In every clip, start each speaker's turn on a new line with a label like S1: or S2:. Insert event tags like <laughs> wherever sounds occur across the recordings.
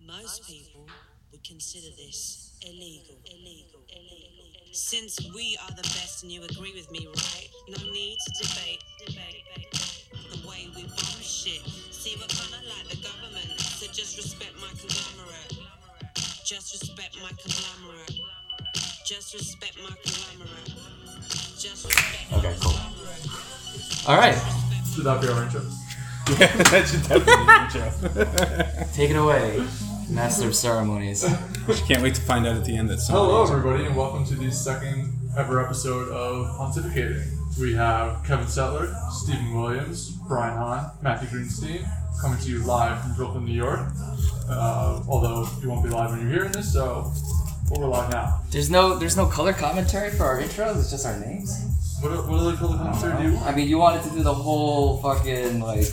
S1: Most people would consider this illegal, illegal, illegal. Since we are the best and you agree with me, right? No need to debate, debate, debate. The way we bomb shit. See, we're kinda like the government, so just respect my conglomerate. Just respect my conglomerate. Just respect my conglomerate. Just respect my
S2: Okay, cool.
S1: conglomerate.
S2: All right,
S3: Should that be our intro?
S4: that should definitely be a
S2: take it away, Master of Ceremonies.
S4: joke. Can't wait to find out at the end that some
S3: Hello, everybody, and welcome to the second ever episode of Pontificating. We have Kevin Settler, Stephen Williams, Brian Hahn, Matthew Greenstein coming to you live from Brooklyn, New York. Uh, although you won't be live when you're hearing this, so well, we're live now.
S2: There's no, there's no color commentary for our intros. It's just our names.
S3: What, what other color commentary do you want?
S2: I mean, you wanted to do the whole fucking like.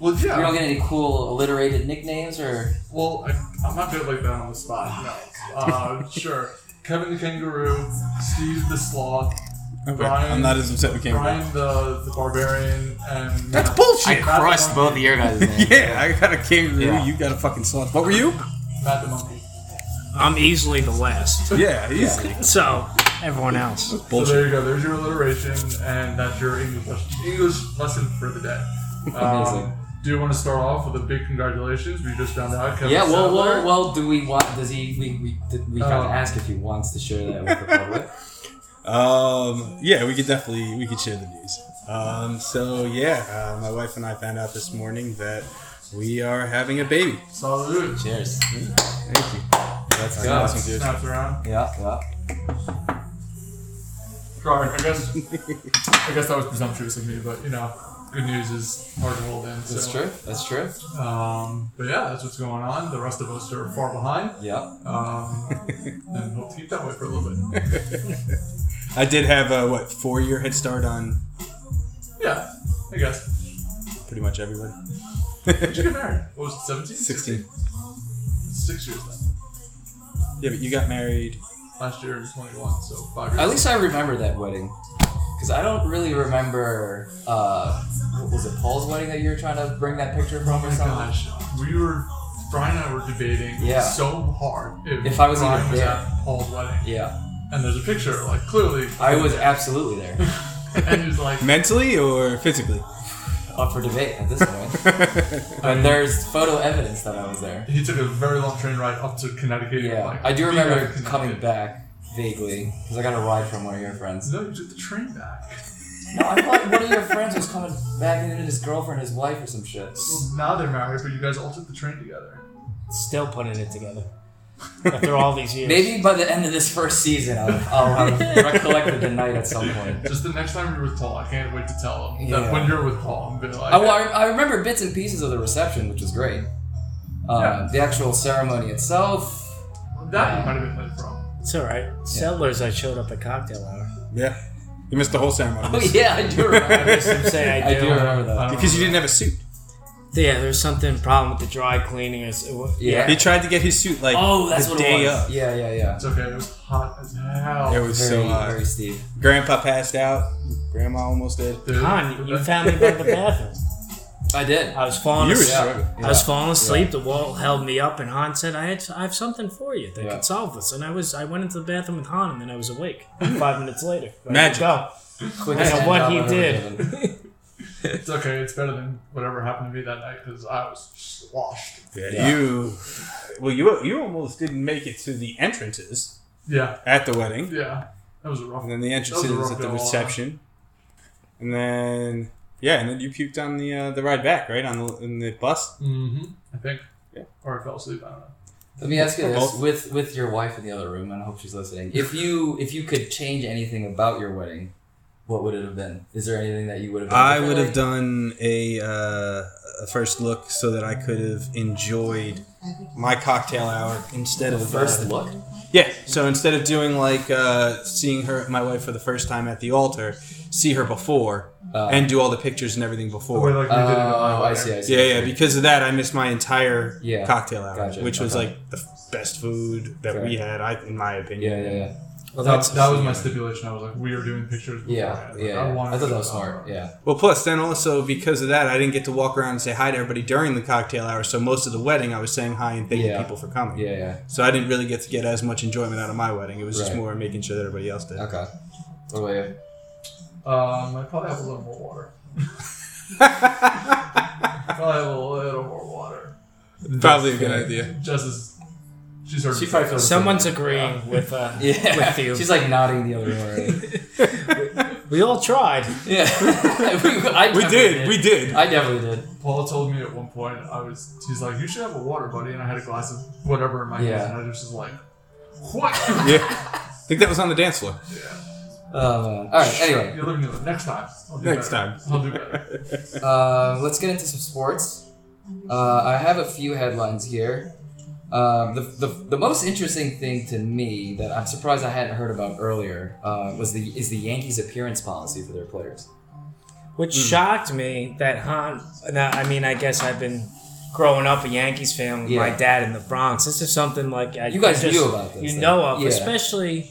S3: Well,
S2: We don't
S3: yeah.
S2: get any cool alliterated nicknames or.
S3: Well, I, I'm not good like that on the spot. No. Uh, sure. Kevin the Kangaroo, Steve the Sloth,
S4: Okay,
S3: Brian-
S4: I'm not as upset we came back.
S3: Brian the, the Barbarian, and
S4: That's bullshit.
S3: I- crushed both of
S2: your <laughs> guys'
S4: yeah, I got a kangaroo.
S2: Yeah.
S4: You got a fucking sloth. What were you?
S3: Matt the Monkey.
S5: I'm easily the last. <laughs>
S4: Yeah, easily.
S5: So everyone else.
S3: So
S4: Bullshit.
S3: there you go. There's your alliteration, and that's your English lesson, English lesson for
S2: <laughs>
S3: the day.
S2: Amazing.
S3: Um, do you want to start off with a big congratulations? We just found out. Kevin
S2: Yeah, well, well,
S3: Sadler-
S2: well. Do we want? Does he? We we did, we have
S3: Oh.
S2: to ask if he wants to share that with the public.
S4: Um, yeah, we could definitely we could share the news. Um, so yeah, uh, my wife and I found out this morning that we are having a baby.
S3: Salute.
S2: Cheers.
S4: Thank you. That's
S3: Oh
S2: Yeah.
S4: awesome, dude.
S3: Snaps around.
S2: Yeah, yeah.
S3: Sorry,
S2: <laughs>
S3: I guess. I guess that was presumptuous of me, but you know, good news is hard to hold in. So.
S2: That's true. That's true.
S3: Um, but yeah, that's what's going on. The rest of us are far behind,
S2: Yeah. <laughs>
S3: um, and hope to keep that way for a little bit.
S4: <laughs> I did have a what four year head start on
S3: Yeah, I guess.
S4: pretty much everyone.
S3: Did you get married? What was it, 17?
S4: Sixteen.
S3: Six years then.
S4: Yeah, but you got married.
S3: Last year was 21, so five years.
S2: At least I remember that wedding, because I don't really remember. Uh, what was it Paul's wedding that you were trying to bring that picture from or
S3: Oh my
S2: something?
S3: gosh, we were Brian and I were debating
S2: Yeah.
S3: so hard if,
S2: If I was
S3: Brian
S2: even
S3: was
S2: there.
S3: at Paul's wedding,
S2: Yeah,
S3: and there's a picture like clearly,
S2: I was absolutely there, <laughs>
S3: and he's like,
S4: Mentally or physically? <laughs>
S2: up for debate at this point. But there's photo evidence that I was there.
S3: he took a very long train ride up to Connecticut.
S2: Yeah,
S3: like,
S2: I do
S3: being
S2: remember
S3: up in
S2: coming
S3: Connecticut.
S2: back vaguely because I got a ride from one of your friends.
S3: No, you took the train back.
S2: No, I thought one of your friends was coming back and then his girlfriend, his wife, or some shit.
S3: Well, now they're married, but you guys all took the train together.
S5: Still putting it together. After all these years.
S2: Maybe by the end of this first season, I'll, I'll have recollected the night at some point.
S3: Just the next time you're with Paul, I can't wait to tell him
S2: Yeah.
S3: that when you're with Paul, I'm gonna be like,
S2: I, Oh, well, I, I remember bits and pieces of the reception, which was great. Um,
S3: Yeah.
S2: The actual ceremony itself.
S3: that might have been late from.
S5: It's alright. Settlers I showed up at cocktail hour.
S4: Yeah. You missed the whole ceremony.
S2: <laughs> Oh yeah, I do <laughs> remember.
S4: <laughs>
S5: Just them say I
S2: I
S5: do.
S2: do remember that.
S4: Because you didn't have a suit.
S5: Yeah, there's something problem with the dry cleaning or s-
S2: Yeah.
S4: He tried to get his suit like
S5: Oh, that's
S4: the
S5: what it
S4: day
S5: was.
S4: up.
S2: Yeah, yeah, yeah.
S3: It's okay. It was hot as hell.
S4: It was
S2: Very,
S4: so hot.
S2: very steep.
S4: Grandpa passed out. Grandma almost dead.
S3: Dude,
S5: Han,
S3: the
S5: you
S3: best-
S5: found me by the bathroom.
S2: I did.
S5: I was falling
S4: You were
S5: asleep.
S4: struggling.
S5: I was falling asleep. The wall held me up, and Han said, "I had, I have something for you that
S2: Yeah.
S5: could solve this." And I was, I went into the bathroom with Han, and then I was awake <laughs> five minutes later. Ready to
S4: Magic.
S5: Go.
S2: Quickest
S5: know
S2: hand
S5: what
S2: job
S5: he
S2: I've ever
S5: did.
S2: given.
S3: It's okay. It's better than whatever happened to me that night because I was sloshed.
S4: Yeah,
S2: Yeah.
S4: You, well, you you almost didn't make it to the entrances
S3: Yeah,
S4: at the wedding,
S3: yeah. That was a rough.
S4: and then the
S3: That was
S4: entrances
S3: a
S4: at the
S3: rough go
S4: reception, and then yeah, and then you puked on the uh, the ride back, right on the in the bus.
S3: Mm-hmm. I think.
S4: Yeah.
S3: Or I fell asleep. I don't know.
S2: Let me ask you this:
S4: Both.
S2: with with your wife in the other room, and I hope she's listening. If you if you could change anything about your wedding, what would it have been? Is there anything that you would have? Done
S4: I would have
S2: differently?
S4: done a, uh, a first look so that I could have enjoyed my cocktail hour instead of
S2: first
S4: uh,
S2: look.
S4: Yeah. So instead of doing like uh, seeing her, my wife for the first time at the altar, see her before
S2: Uh,
S4: and do all the pictures and everything before.
S3: Wait, like we did it in my
S2: Oh, I
S3: wedding.
S2: see. I see.
S4: yeah, yeah. Because of that, I missed my entire
S2: Yeah.
S4: cocktail hour,
S2: Gotcha,
S4: which was
S2: okay.
S4: like the f- best food that we had, I, in my opinion.
S2: Yeah, yeah, yeah.
S5: Well,
S3: That,
S5: that's
S3: that was my stipulation. I was like, we are doing pictures.
S2: Yeah,
S3: beforehand. Like,
S2: yeah.
S3: wanted
S2: I, thought
S3: to
S2: that was
S3: know.
S2: smart. Yeah.
S4: Well, plus then also because of that, I didn't get to walk around and say hi to everybody during the cocktail hour. So most of the wedding, I was saying hi and thanking
S2: Yeah.
S4: people for coming.
S2: Yeah, yeah.
S4: So I didn't really get to get as much enjoyment out of my wedding. It was just
S2: Right.
S4: more making sure that everybody else did.
S2: Okay. What about you?
S3: Um, I probably have a little more
S2: <laughs>
S3: water. <laughs> I probably have a little more water.
S4: Probably a good idea.
S3: Just as she's already.
S2: She probably feels-
S5: Someone's agreeing with uh,
S2: <laughs> Yeah.
S5: with you.
S2: She's like nodding the other way. <laughs> already.
S5: we all tried.
S2: yeah. <laughs> we, I
S4: We
S2: definitely
S4: did. We did.
S2: <laughs> I definitely did.
S3: Paul told me at one point I was. He's like, you should have a water, buddy. And I had a glass of whatever in my
S2: Yeah.
S3: hand, and I was just like,
S2: <laughs>
S3: what? <laughs>
S4: Yeah. I think that was on the dance floor.
S2: Oh man. All right. Anyway.
S3: You're looking at it. Next time. I'll do
S4: Next
S3: better.
S4: time.
S3: I'll
S2: <laughs>
S3: do better.
S2: Uh, let's get into some sports. Uh, I have a few headlines here. Um, the, the, the most interesting thing to me that I'm surprised I hadn't heard about earlier uh, was the is the Yankees' appearance policy for their players.
S5: Which
S2: Mm.
S5: shocked me that Han. Now, I mean, I guess I've been growing up a Yankees fan with my
S2: Yeah.
S5: dad in the Bronx. This is something like I,
S2: You guys
S5: I just-
S2: knew about this,
S5: You
S2: then.
S5: know of,
S2: Yeah.
S5: especially.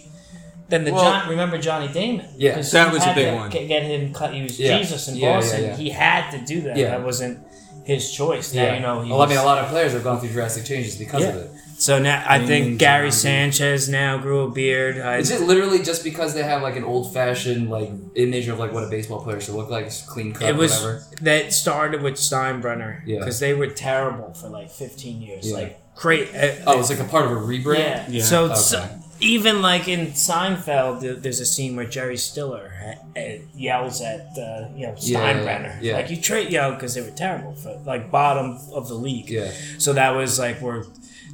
S5: Then the
S4: Well-
S5: John, remember Johnny Damon?
S2: Yeah.
S5: 'Cause
S4: That
S5: he
S4: was a
S5: had
S4: big
S5: to
S4: one.
S5: Get, get him cut. He was
S2: Yeah.
S5: Jesus in
S2: Yeah, yeah,
S5: Boston.
S2: yeah.
S5: He had to do that.
S2: Yeah.
S5: That wasn't his choice. Now you know. He
S2: well, I mean,
S5: was-
S2: a lot of players have gone through drastic changes because of
S5: Yeah.
S2: it.
S5: So now I
S4: Damon,
S5: think Gary
S4: John.
S5: Sanchez now grew a beard. I,
S2: Is it literally just because they have like an old fashioned like image of like what a baseball player should look like, just clean cut,
S5: it was
S2: whatever?
S5: that started with Steinbrenner
S2: Yeah.
S5: because they were terrible for like 15 years.
S2: Yeah.
S5: Like great. uh,
S2: Oh, it's like a part of a rebrand.
S5: Yeah.
S4: Yeah.
S5: So,
S2: Okay.
S5: so- even like in Seinfeld, th- there's a scene where Jerry Stiller uh, uh, yells at uh, you know
S2: Yeah, yeah,
S5: Steinbrenner,
S2: yeah.
S5: like you trade, you know, because they were terrible for like bottom of the league.
S2: Yeah.
S5: So that was like we're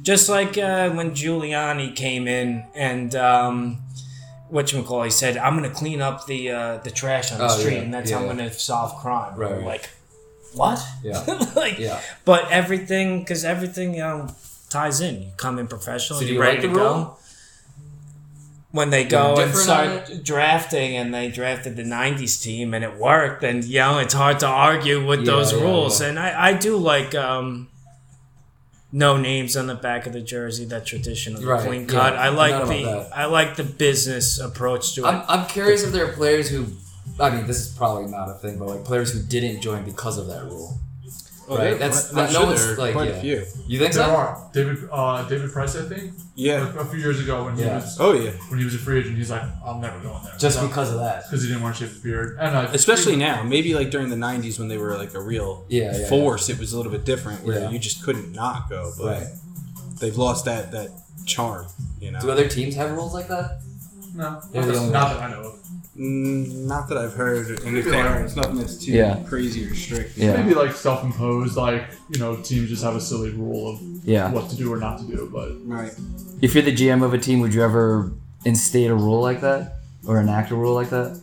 S5: just like uh, when Giuliani came in and. Um, whatchamacallit said, I'm gonna clean up the uh, the trash on the
S2: Oh,
S5: street
S2: yeah,
S5: and that's
S2: yeah,
S5: how I'm
S2: yeah.
S5: gonna solve crime.
S2: Right, right.
S5: Like what?
S2: Yeah.
S5: <laughs> like
S2: Yeah.
S5: but everything because everything um, ties in. You come in professional,
S2: So do you
S5: you're ready
S2: like
S5: to
S2: the
S5: go.
S2: rule?
S5: When they go and
S2: different
S5: start
S2: on
S5: drafting, and they drafted the '90s team, and it worked, and you know it's hard to argue with
S2: Yeah,
S5: those
S2: yeah,
S5: rules.
S2: yeah.
S5: And I, I do like um, no names on the back of the jersey, that tradition of the
S2: Right,
S5: clean
S2: yeah,
S5: cut. I like
S2: forgot
S5: the
S2: about
S5: I like the business approach to
S2: <laughs>
S5: it.
S2: I'm, I'm curious if there are players who, I mean, this is probably not a thing, but like players who didn't join because of that rule. Right? That's
S4: I'm
S2: no
S4: sure
S2: one's
S4: there are
S2: like
S4: quite
S2: yeah.
S4: a few.
S2: You think
S3: There
S2: so?
S3: are David uh, David Price, I think.
S4: Yeah.
S3: Like a few years ago when he
S2: Yeah.
S3: was
S4: Oh yeah.
S3: when he was a free agent, he's like, I'll never go in there.
S2: Just because of that.
S3: because he didn't want to shave his beard. And I,
S4: Especially now, maybe like during the '90s when they were like a real
S2: Yeah, yeah, yeah.
S4: force, it was a little bit different where
S2: Yeah.
S4: you just couldn't not go. But
S2: Right.
S4: they've lost that that charm, you know.
S2: Do other teams have rules like that?
S3: no, not,
S2: They're the
S3: that,
S2: only
S3: not that I know of.
S4: Mm, not that I've heard anything.
S3: like-
S4: It's nothing that's too
S2: Yeah.
S4: crazy or strict.
S3: Maybe like self-imposed, like you know, teams just have a silly rule of
S2: Yeah.
S3: what to do or not to do. But
S4: Right.
S2: If you're the GM of a team, would you ever instate a rule like that or enact a rule like that?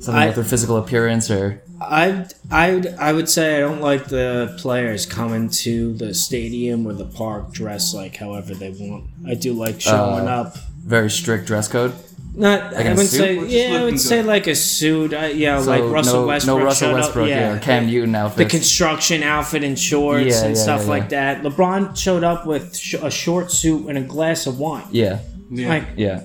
S2: Something
S5: I- about
S2: their physical appearance or
S5: I I would I would say I don't like the players coming to the stadium or the park dressed like however they want. I do like showing
S2: Uh,
S5: up.
S2: very strict dress code.
S5: Not
S2: like
S5: I
S2: a
S5: would
S2: suit?
S5: say
S4: Or just
S5: yeah I
S4: looking
S5: would say
S4: good?
S5: like a suit. I, yeah, like Russell Westbrook. showed up, yeah.
S2: Newton
S5: the
S2: outfit.
S5: construction outfit and shorts
S2: Yeah,
S5: and
S2: yeah,
S5: stuff
S2: yeah,
S5: like that. LeBron showed up with sh- a short suit and a glass of wine.
S2: yeah.
S4: Yeah.
S5: Like
S2: Yeah.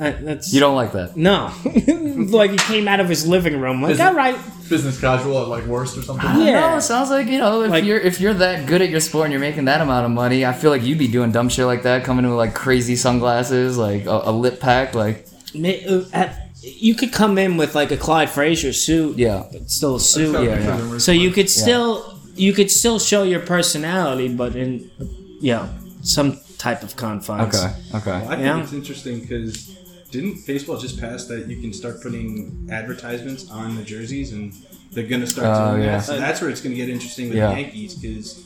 S5: uh, that's
S2: don't like that.
S5: no, <laughs> like he came out of his living room. Like
S3: Is it-
S5: all right,
S3: business casual at like worst
S2: <laughs>
S3: or something.
S5: yeah.
S2: No, it sounds like you know if
S5: Like-
S2: you're if you're that good at your sport and you're making that amount of money, I feel like you'd be doing dumb shit like that, coming in with like crazy sunglasses, like a, a lip pack, like
S5: Ma- uh, at- you could come in with like a Clyde Frazier suit,
S2: yeah,
S5: but still a suit.
S3: So-
S2: yeah, yeah.
S5: So you could still you could still show your personality, but in you know some type of confines.
S2: okay, okay,
S4: I think
S5: Yeah.
S4: it's interesting because didn't baseball just pass that you can start putting advertisements on the jerseys and they're going to start
S2: Oh,
S4: doing
S2: yeah.
S4: that? So that's where it's going to get interesting with
S2: Yeah.
S4: the Yankees because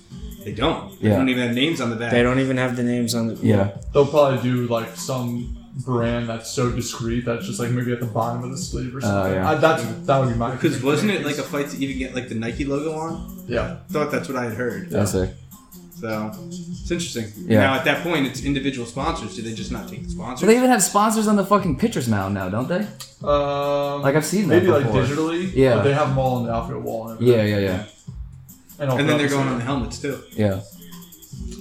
S4: they don't. They
S2: Yeah.
S4: don't even have names on the back.
S5: They don't even have the names on the
S2: yeah,
S3: They'll probably do like some brand that's so discreet that's just like maybe at the bottom of the sleeve or something.
S2: Oh, yeah.
S3: I, that's that would be my
S4: Because wasn't it like a fight to even get like the Nike logo on?
S3: yeah
S4: Thought that's what I had heard.
S2: that's it.
S4: So it's interesting.
S2: Yeah.
S4: Now at that point, it's individual sponsors. Do they just not take the
S2: So
S4: sponsors?
S2: they even have sponsors on the fucking pitchers now, now don't they?
S3: um,
S2: Like I've seen that
S3: maybe like
S2: before.
S3: digitally.
S2: Yeah.
S3: but they have them all on the outfit wall. And
S2: Yeah, yeah, yeah,
S3: and,
S4: and then they're going on the helmets too.
S2: yeah.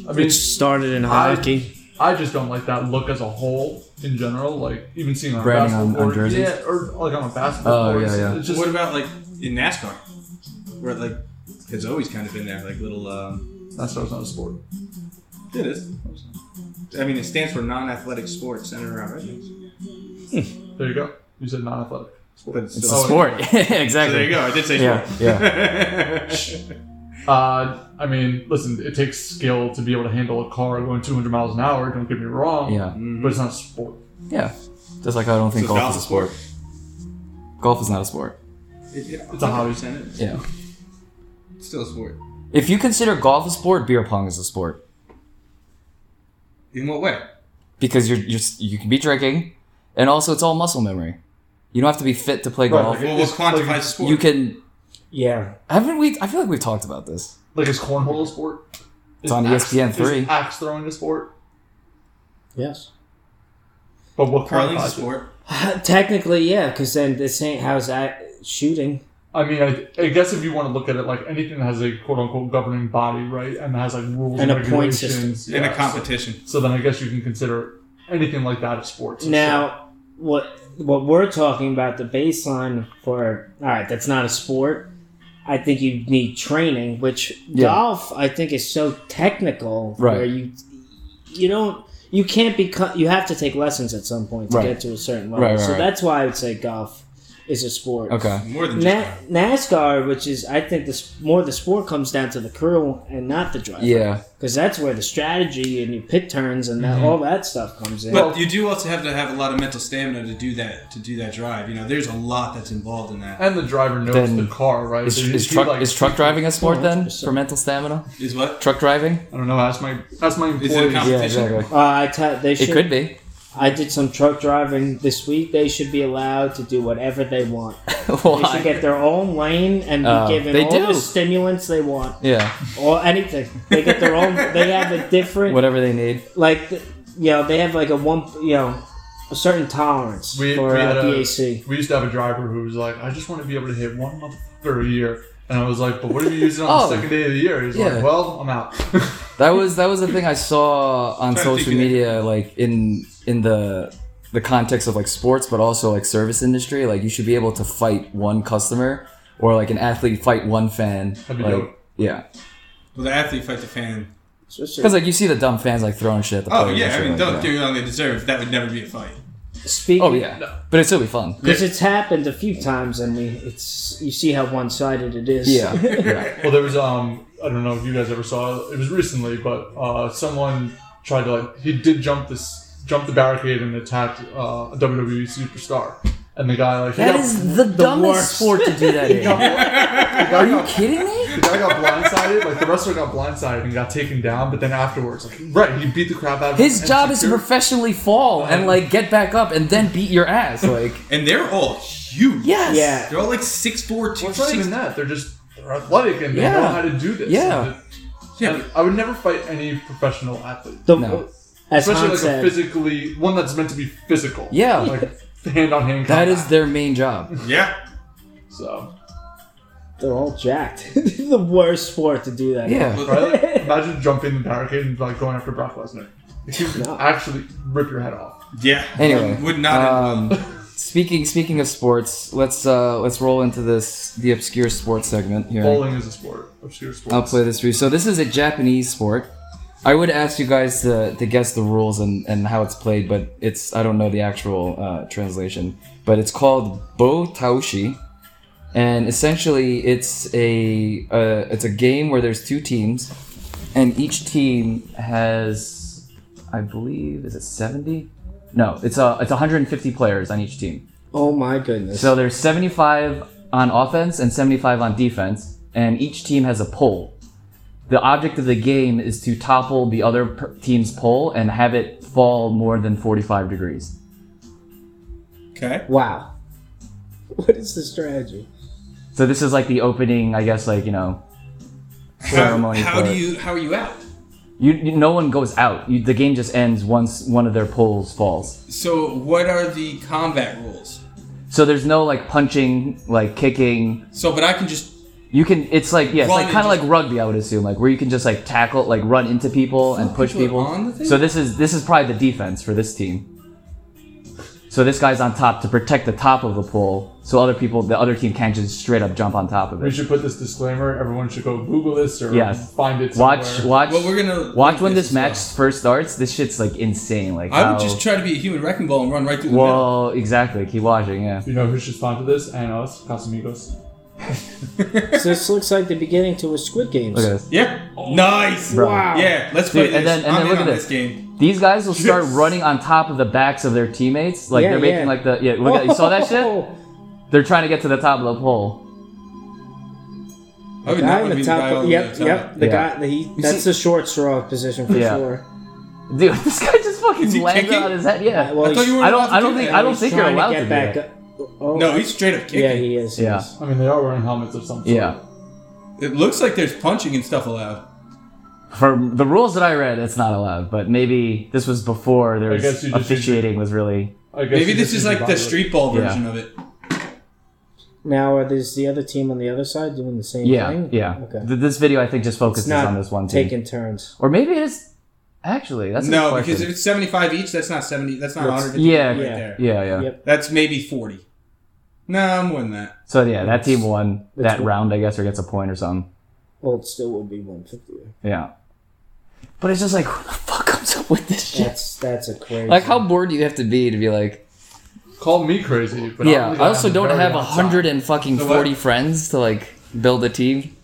S3: I mean,
S5: Which started in
S3: I-
S5: hockey.
S3: I just don't like that look as a whole in general. Like even seeing on a
S2: Branding on-
S3: basketball
S2: on
S3: court,
S2: jerseys?
S3: yeah, or like on a basketball
S2: Oh,
S3: court.
S2: yeah,
S3: it's-
S2: yeah.
S3: It's just
S4: what about like in NASCAR, where like it's always kind of been there, like little. Um,
S3: that's why it's not a sport.
S4: it is. I mean, it stands for non-athletic sports centered around racing.
S3: There you go. You said non-athletic.
S4: But it's
S2: It's
S4: still-
S2: a sport. Oh, Yeah, <laughs>
S4: So there you
S2: exactly.
S4: go. I did say
S2: Yeah,
S4: sport.
S3: Uh, I mean, listen, it takes skill to be able to handle a car going 200 miles an hour. Don't get me wrong.
S2: Yeah.
S4: Mm-hmm.
S3: But it's not a sport.
S2: Yeah. Just like I don't think
S4: So
S2: golf
S4: golf's
S2: is
S4: a
S2: a sport.
S4: sport.
S2: Golf is not a sport.
S4: It's
S3: a hobby.
S4: It's
S2: Yeah.
S4: still a sport.
S2: If you consider golf a sport, beer pong is a sport
S4: In what way?
S2: because you're you're s- you can be drinking, and also it's all muscle memory. You don't have to be fit to play
S3: Right,
S2: golf.
S3: like
S4: Well, what
S3: It's like-
S4: quantifies a sport?
S2: You can.
S5: Yeah.
S2: Haven't we? I feel like we've talked about this.
S3: Like is cornhole a sport? It's
S4: E
S2: on ESPN three.
S3: Is axe throwing a sport?
S5: Yes.
S3: But what
S4: Curling's a
S3: qualifies it?
S4: sport.
S5: <laughs> Technically, yeah, because then this ain't how's I shooting.
S3: I mean, I, I guess if you want to look at it like anything that has a quote unquote governing body, right, and has like rules and,
S5: And a point
S3: regulations,
S4: In a
S3: yeah,
S4: competition.
S3: So, so then I guess you can consider anything like that as sports.
S5: Now, what what we're talking about the baseline for all right, that's not a sport. I think you need training, which
S2: Yeah.
S5: golf I think is so technical
S2: Right.
S5: where you you don't you can't become you have to take lessons at some point to
S2: Right.
S5: get to a certain level.
S2: Right, right,
S5: so
S2: right.
S5: that's why I would say golf is a sport.
S2: Okay.
S4: More than just
S5: Na- NASCAR, which is I think this more the sport comes down to the crew and not the driver.
S2: Yeah. Mm-hmm.
S5: because that's where the strategy and your pit turns and that, all that stuff comes in.
S4: But you do also have to have a lot of mental stamina to do that to do that drive. You know, there's a lot that's involved in that.
S3: and the driver knows
S2: Then
S3: the car, right?
S2: Is,
S3: So you-
S2: is
S3: he,
S2: truck
S3: like-
S2: is truck driving a sport then
S5: 100%.
S2: for mental stamina?
S4: Is what?
S2: Truck driving?
S3: I don't know. Ask my ask my
S4: Is it a
S3: employees.
S4: competition?
S2: Yeah, exactly.
S5: uh, I ta- they should.
S2: It could be. <laughs>
S5: I did some truck driving this week. They should be allowed to do whatever they want. They should
S2: Why?
S5: get their own lane and be
S2: Uh,
S5: given
S2: they
S5: all
S2: do.
S5: the stimulants they want
S2: Yeah.
S5: or anything. They get their
S2: <laughs>
S5: own. They have a different
S2: Whatever they need.
S5: like th- you know they have like a one you know a certain tolerance
S3: We-
S5: for
S3: we had
S5: uh,
S3: a-
S5: DAC.
S3: We used to have a driver who was like, I just want to be able to hit one motherfucker a year. And I was like, but what are you using on
S2: Oh.
S3: the second day of the year? He's
S2: Yeah.
S3: like, well, I'm out. <laughs>
S2: That was that was the thing I saw on
S4: Trying to
S2: social
S4: think of it.
S2: media, like in in the the context of like sports, but also like service industry. Like you should be able to fight one customer or like an athlete fight one fan.
S3: be
S2: like,
S3: dope.
S2: Yeah,
S4: Well, the athlete fight the fan.
S2: because like you see the dumb fans like throwing shit at the
S4: Oh
S2: podium and
S4: yeah, I
S2: shit
S4: mean,
S2: like
S4: don't
S2: that.
S4: do it on they deserve. That would never be a fight.
S5: Speaking,
S2: Oh yeah, but it'd still be fun.
S5: because it's happened a few times, and we it's you see how one sided it is.
S2: Yeah,
S4: <laughs>
S2: yeah.
S3: well, there was, um, I don't know if you guys ever saw it. It was recently, but uh, someone tried to like, he did jump this, jump the barricade and attacked uh, a WWE superstar. And <laughs> the guy like, he
S2: That
S3: got-
S2: is the
S5: worst.
S2: dumbest sport to do that <laughs> in.
S3: the guy
S2: Are you
S3: got-
S2: kidding me?
S3: The guy got blindsided, like the wrestler got blindsided and got taken down, but then afterwards, like, right, he beat the crap out of him
S2: His
S3: and
S2: job is to
S3: secured-
S2: professionally fall and like get back up and then beat your ass. Like
S4: And they're all huge.
S2: yes,
S5: Yeah.
S4: They're all like six four, two
S3: Well, it's not
S4: six.
S3: even that. They're just they're athletic and they
S2: Yeah.
S3: know how to do this.
S2: Yeah.
S4: Yeah.
S3: And I would never fight any professional athlete,
S5: The,
S2: No.
S5: As
S3: especially
S5: Han
S3: like
S5: said,
S3: a physically one that's meant to be physical.
S2: Yeah.
S3: like hand on hand.
S2: that is their main job.
S4: Yeah.
S3: so.
S5: they're all jacked. <laughs> the worst sport to do that. in.
S2: Yeah.
S3: Right? Imagine jumping the barricade and like going after Brock Lesnar. He
S2: <laughs>
S3: would
S5: No.
S3: actually rip your head off.
S4: Yeah.
S2: Anyway,
S4: would not.
S2: um, speaking speaking of sports, let's uh, let's roll into this the obscure sports segment here.
S3: Bowling is a sport, obscure sport.
S2: I'll play this for you. So this is a Japanese sport. I would ask you guys to, to guess the rules and, and how it's played, but it's I don't know the actual uh, translation. But it's called Bo Taushi, and essentially it's a uh, it's a game where there's two teams, and each team has I believe is it seventy? No, it's uh, it's 150 players on each team.
S5: Oh my goodness.
S2: So there's 75 on offense and 75 on defense, and each team has a pole. The object of the game is to topple the other per- team's pole and have it fall more than 45 degrees.
S4: okay.
S5: wow. What is the strategy?
S2: So this is like the opening, I guess, like you know,
S4: How,
S2: ceremony.
S4: how
S2: for
S4: do
S2: it.
S4: you? How are you out?
S2: You, you- no one goes out. You, the game just ends once one of their poles falls.
S4: So what are the combat rules?
S2: So there's no like punching, like kicking.
S4: So, but I can just
S2: You can. It's like yeah, it's
S6: Run
S2: like kind of
S6: into-
S2: like rugby, I would assume, like where you can just like tackle, like run into people and
S6: Fuck
S2: push
S6: people
S2: people.
S6: on the thing?
S2: So this is this is probably the defense for this team. So this guy's on top to protect the top of the pool, so other people, the other team can't just straight up jump on top of
S3: We
S2: it.
S3: should put this disclaimer. Everyone should go Google this or
S2: Yes.
S3: find it.
S2: Watch,
S3: somewhere.
S2: watch,
S4: Well, we're gonna
S2: watch
S4: link
S2: when this
S4: as well.
S2: match first starts. This shit's like insane. Like
S4: I
S2: how-
S4: would just try to be a human wrecking ball and run right through the middle.
S2: Oh. Well, exactly. Keep watching. Yeah.
S3: You know who should sponsor this? And us, Casamigos.
S7: So this looks like the beginning to a Squid Games.
S2: Look at this.
S4: Yeah. Nice.
S2: Bro.
S7: Wow.
S4: Yeah. Let's play
S2: Dude, and
S4: this.
S2: then- and
S4: I'm
S2: then
S4: in
S2: look
S4: on
S2: at
S4: this
S2: this.
S4: game.
S2: These guys will start running on top of the backs of their teammates. Like
S7: Yeah,
S2: they're
S7: yeah. Oh,
S2: making like the yeah. Look at, you saw that shit?
S4: <laughs>
S2: They're trying to get to the top of the pole.
S4: I would
S7: Guy
S4: not
S7: in
S4: want to
S7: the
S4: be the
S7: top-
S4: guy all the way
S7: yep,
S4: up top.
S7: yep. The
S2: Yeah.
S7: guy, the, he, that's the short straw position for
S2: Yeah.
S7: sure.
S2: Dude, <laughs> this guy just
S4: Is
S2: fucking
S4: he
S2: landed
S4: kicking?
S2: on his head. Yeah.
S7: Uh, well,
S4: I thought
S7: he's-
S4: you were
S2: I don't.
S4: allowed to
S2: I don't
S4: do
S2: think.
S4: that.
S2: I don't think you're
S7: trying
S2: allowed
S7: to
S2: to,
S7: get
S2: do
S7: back
S2: that.
S7: up. Oh,
S4: No, he's straight up kicking.
S7: yeah, he is. he
S2: Yeah.
S7: is.
S3: I mean, they are wearing helmets of some sort.
S2: Yeah.
S4: It looks like there's punching and stuff allowed.
S2: From the rules that I read, it's not allowed. But maybe this was before there
S3: I
S2: was
S3: guess you just-
S2: officiating was really.
S3: I guess
S4: Maybe
S3: you
S4: this
S3: just
S4: is
S3: need to
S4: like
S3: buy
S4: the
S3: it.
S4: street ball
S2: Yeah.
S4: version of it.
S7: Now, are there's the other team on the other side doing the same
S2: Yeah.
S7: thing?
S2: Yeah.
S7: Okay.
S2: Th- This video I think just
S7: It's
S2: focuses
S7: not
S2: on this one team.
S7: taking turns.
S2: Or maybe it is. Actually, that's a
S4: No,
S2: good
S4: because if
S2: question.
S4: it's 75 each, that's not 70. That's not
S2: That's-
S4: 150
S2: yeah.
S4: right
S7: Yeah.
S4: there.
S2: yeah, yeah.
S7: Yep.
S4: That's maybe 40. No, more than that.
S2: So yeah, that team won
S7: That's
S2: that
S7: what-
S2: round, I guess, or gets a point or something.
S7: Well, it still would be 150.
S2: Yeah. But it's just like, who the fuck comes up with this shit?
S7: That's that's a crazy.
S2: Like, how bored do you have to be to be like,
S3: Call me crazy, but
S2: yeah?
S3: I'm the
S2: I
S3: guy
S2: also
S3: on the
S2: don't
S3: very
S2: have a
S3: outside.
S2: hundred and fucking
S4: So what?
S2: forty friends to like build a team.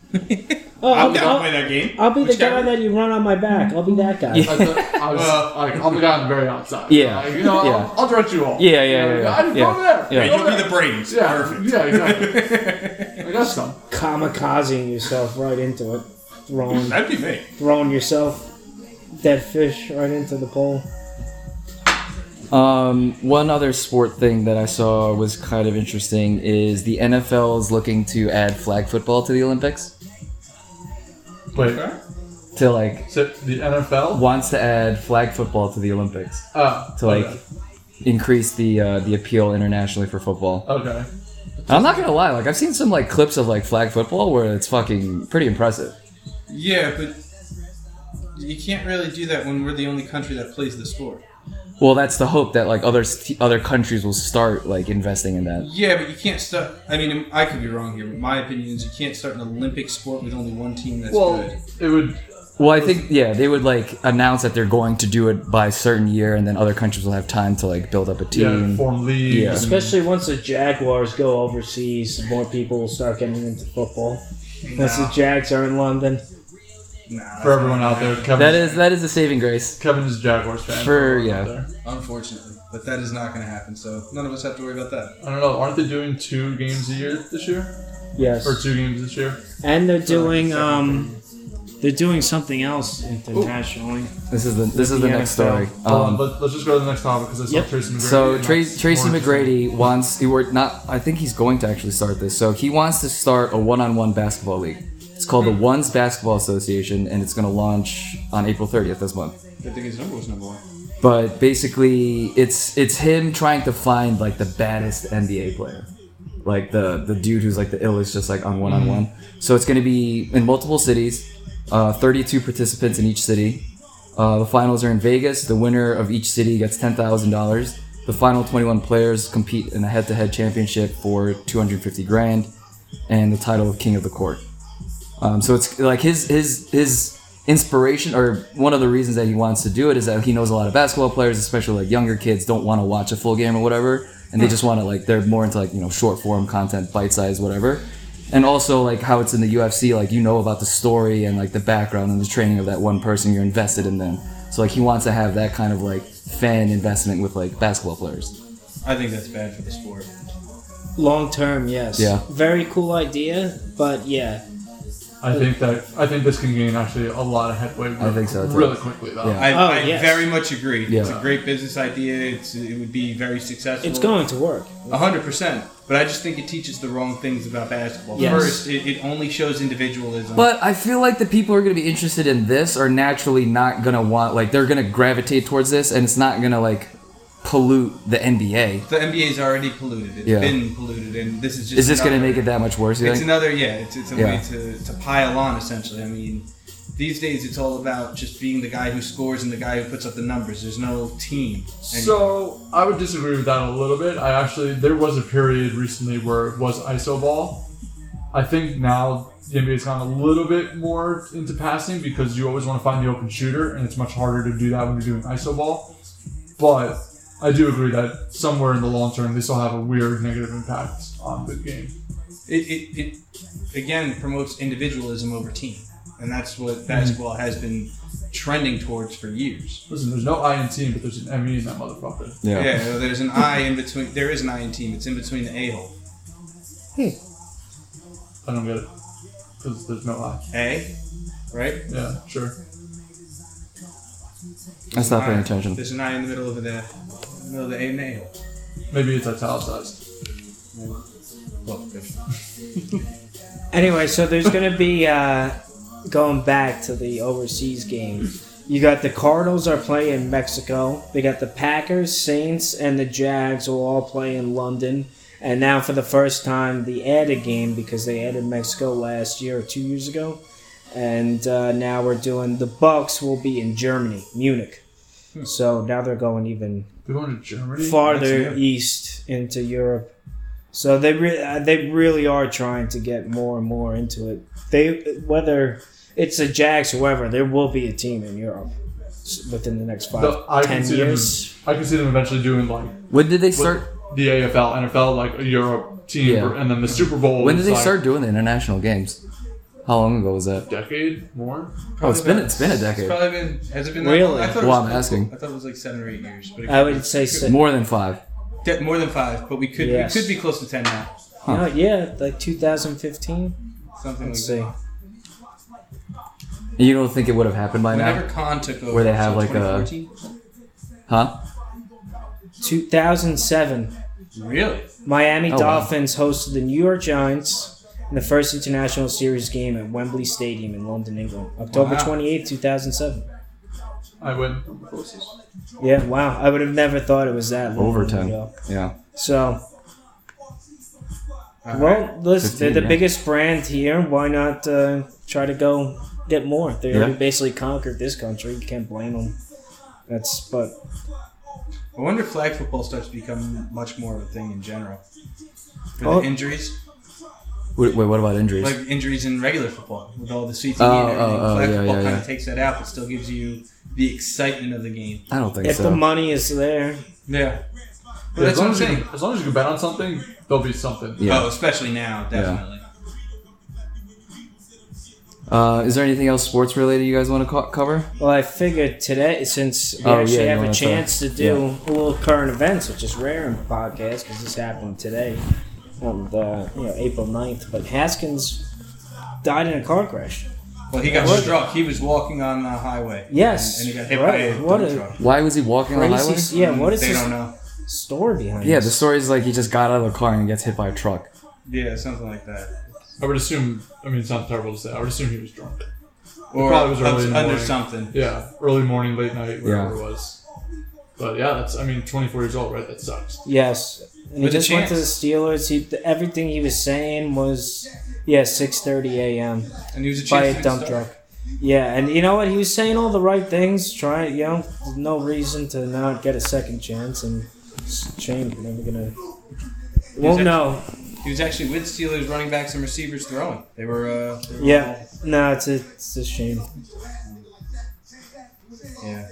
S7: Oh,
S4: I'm
S7: I'll,
S4: down to play
S7: I'll,
S4: that game.
S7: I'll be the
S4: Which
S7: guy that you run on my back. I'll be that guy.
S2: Yeah.
S3: I thought- I was,
S4: Well-
S3: like, I'm the guy on the very outside.
S2: Yeah.
S3: Like, you know,
S2: Yeah.
S3: I'll, I'll direct you all.
S2: Yeah, yeah,
S3: You know,
S2: yeah, yeah.
S3: I didn't
S2: Yeah.
S3: go there.
S2: Yeah.
S3: I didn't
S4: You'll
S3: go
S4: be the
S3: there.
S4: brains.
S3: Yeah,
S4: Perfect.
S3: yeah,
S4: <laughs>
S3: exactly. I got some.
S7: Kamikazing yourself right into it, throwing
S4: That'd be me.
S7: throwing yourself dead fish right into the pole.
S6: Um,
S2: One other sport thing that I saw was kind of interesting is the NFL is looking to add flag football to the Olympics.
S3: Wait,
S2: To like
S3: so the NFL?
S2: wants to add flag football to the Olympics
S3: Oh,
S2: to like
S3: okay.
S2: increase the uh, the appeal internationally for football.
S3: okay.
S2: I'm not gonna lie, like I've seen some like clips of like flag football where it's fucking pretty impressive.
S4: Yeah, but you can't really do that when we're the only country that plays the sport.
S2: Well, that's the hope that like other st- other countries will start like investing in that.
S4: Yeah, but you can't start. I mean, I could be wrong here, but my opinion is you can't start an Olympic sport with only one team that's
S3: Well,
S4: good.
S3: it would.
S2: Well, I think yeah, they would like announce that they're going to do it by a certain year, and then other countries will have time to like build up a
S3: Yeah,
S2: team.
S3: form leagues.
S2: Yeah.
S3: and-
S7: Especially once the Jaguars go overseas, more people will start getting into football. Once the Jags are in London,
S4: Nah,
S3: for everyone out there, Kevin's,
S2: That is that is a saving grace.
S3: Kevin's a Jaguars fan.
S2: For-
S3: everyone out
S2: yeah.
S3: there.
S4: unfortunately, but that is not going to happen. So none of us have to worry about that.
S3: I don't know. Aren't they doing two games a year this year,
S7: yes,
S3: or two games this year?
S7: and they're doing um, they're doing something else internationally.
S2: This is the this is the next
S7: NFL.
S2: story.
S3: Um,
S2: Um,
S3: let, let's just go to the next topic because I saw
S7: Yep.
S3: Tracy McGrady.
S2: so
S3: and
S2: Tra-
S3: that's
S2: Tracy
S3: more
S2: McGrady
S3: interesting.
S2: wants he were not. I think he's going to actually start this. So he wants to start a one-on-one basketball league. It's called the Ones Basketball Association, and it's going to launch on April 30th this month.
S4: I think his number was number one.
S2: but basically it's it's him trying to find like the baddest NBA player. Like the the dude who's like the illest just like on one on one. So it's gonna be in multiple cities, uh, thirty two participants in each city. Uh, the finals are in Vegas. The winner of each city gets ten thousand dollars. The final twenty one players compete in a head to head championship for two hundred fifty grand, and the title of king of the court. Um, so it's like his his his inspiration or one of the reasons that he wants to do it is that he knows a lot of basketball players, especially like younger kids, don't want to watch a full game or whatever, and they just want to like they're more into like you know short form content, bite size, whatever. And also like how it's in the UFC, like you know about the story and like the background and the training of that one person, you're invested in them. So like he wants to have that kind of like fan investment with like basketball players.
S4: I think that's bad for the sport.
S7: Long term, yes.
S2: Yeah.
S7: Very cool idea, but yeah,
S3: I think that I think this can gain actually a lot of headway. Really,
S2: think so, too.
S3: Really quickly though.
S2: Yeah.
S4: I,
S7: Oh,
S4: I
S7: yes.
S4: very much agree. It's
S2: Yeah.
S4: a great business idea. It's, it would be very successful.
S7: it's going to work.
S4: hundred percent. But I just think it teaches the wrong things about basketball.
S7: Yes.
S4: First, it, it only shows individualism.
S2: But I feel like the people who are going to be interested in this are naturally not going to want like they're going to gravitate towards this, and it's not going to like pollute the NBA.
S4: The NBA's already polluted. It's
S2: Yeah.
S4: been polluted, and this is just.
S2: Is this going to
S4: another-
S2: make it that much worse? You
S4: It's
S2: think?
S4: another, yeah. It's, it's a
S2: Yeah.
S4: way to, to pile on essentially. I mean, these days it's all about just being the guy who scores and the guy who puts up the numbers. There's no team. And
S3: So I would disagree with that a little bit. I actually there was a period recently where it was iso ball. I think now the NBA's gone a little bit more into passing because you always want to find the open shooter, and it's much harder to do that when you're doing iso ball. But I do agree that somewhere in the long term, they still have a weird negative impact on the game.
S4: it, it, it again promotes individualism over team, and that's what basketball has been trending towards for years.
S3: Listen, there's no I in team, but there's an ME in that motherfucker.
S4: Yeah, there's an I in between. There is an I in team. It's in between the a hole.
S3: I don't get it because there's no I.
S4: A, right?
S3: Yeah, sure.
S2: I stopped paying
S4: I.
S2: attention.
S4: There's an I in the middle of the middle of the A and A hole.
S3: Maybe it's italicized.
S4: Well, if
S5: Anyway, so there's going to be uh, going back to the overseas game. You got the Cardinals are playing Mexico. They got the Packers, Saints, and the Jags will all play in London. And now for the first time, the added game because they added Mexico last year or two years ago. And uh, now we're doing the Bucks will be in Germany, Munich. So now they're going even
S3: They're going to Germany.
S5: farther
S3: That's it.
S5: east into Europe. So they re- uh, they really are trying to get more and more into it. They whether it's the Jags, whoever, there will be a team in Europe s- within the next five,
S3: No, I can
S5: ten
S3: see
S5: years.
S3: them. I can see them eventually doing like
S2: When did they start?
S3: the AFL, NFL, like a Europe team,
S2: Yeah.
S3: and then the Super Bowl.
S2: When did
S3: is,
S2: they
S3: like,
S2: start doing the international games? How long ago was that?
S3: Decade more.
S2: Oh, it's been it's been a decade.
S4: It's probably been. Has it been
S5: Really?
S4: That long? I thought it
S2: Well,
S4: was-
S2: I'm asking.
S4: I thought it was like seven or eight years, but it
S5: I would say so.
S2: More than five.
S4: de- more than five. But we could
S5: Yes.
S4: we could be close to ten now.
S5: No, yeah, like 2015.
S4: Something
S5: Let's
S4: like
S5: see.
S2: You don't think it would have happened by
S4: that.
S2: now?
S4: Whenever Khan took over,
S2: Where they have,
S4: so
S2: like, a-
S4: 2014?
S2: Huh?
S5: 2007.
S4: really
S5: Miami
S2: Oh, wow.
S5: Dolphins hosted the New York Giants in the first international series game at Wembley Stadium in London, England, October
S4: Wow.
S5: twenty eighth, 2007.
S3: I win.
S5: Yeah, wow. I would have never thought it was that long
S2: Overtime.
S5: ago.
S2: Yeah.
S5: So,
S4: All
S5: well, listen,
S2: 15,
S5: they're the
S2: yeah.
S5: biggest brand here. Why not uh, try to go get more? They already
S2: Yeah.
S5: basically conquered this country. You can't blame them. That's but
S4: I wonder if flag football starts to become much more of a thing in general. For
S5: Oh.
S4: the injuries,
S2: Wait, wait, what about injuries?
S4: like injuries in regular football, with all the CTE
S2: Oh,
S4: and everything,
S2: oh, oh,
S4: flag
S2: yeah,
S4: football
S2: yeah,
S4: kind
S2: yeah.
S4: of takes that out, but still gives you the excitement of the game.
S2: I don't think
S5: if
S2: so.
S5: the money is there,
S4: Yeah, but
S3: Yeah,
S4: that's what
S3: as, long
S4: I'm
S3: as, you
S4: saying.
S3: can, as long as you can bet on something, there'll be something.
S2: yeah.
S4: Oh, especially now, definitely.
S2: Uh, is there anything else sports related you guys want to co- cover?
S5: well, I figured today since we
S2: Oh, yeah,
S5: actually
S2: you
S5: have a
S2: wanna talk-
S5: chance to do a little current events, which is rare in podcasts because this happened today on the you know April 9th. But Haskins died in a car crash.
S4: Well, he got
S5: What?
S4: struck. He was walking on the highway.
S5: Yes,
S4: and, and he got hit
S5: right.
S4: by a
S5: What
S4: dump
S5: a-
S4: truck.
S2: Why was he walking on the highway?
S5: Crazy, yeah, what is
S4: they
S5: this
S4: don't know.
S5: story behind
S2: Yeah, the
S5: this?
S2: story is like he just got out of the car and gets hit by a truck.
S4: Yeah, something like that.
S3: I would assume. I mean, it sounds terrible to say. I would assume he was drunk.
S4: Or
S3: probably was early
S4: under
S3: in the
S4: under
S3: morning.
S4: something.
S3: Yeah, early morning, late night, whatever
S2: Yeah.
S3: it was. But yeah, that's. I mean, 24 years old, right? That sucks.
S5: Yes, and he
S4: With a
S5: just went to the
S4: chance.
S5: Steelers. He th- everything he was saying was yeah, six thirty a.m.
S4: And he was a
S5: by
S4: chasing
S5: a dump
S4: star.
S5: truck. Yeah, and you know what? He was saying all the right things. Trying, you know, no reason to not get a second chance. And it's a shame we're never gonna. Well,
S4: that-
S5: no,
S4: He was actually with Steelers running backs and receivers throwing. They were. Uh, they were
S5: yeah, no, it's a, it's a shame.
S4: Yeah.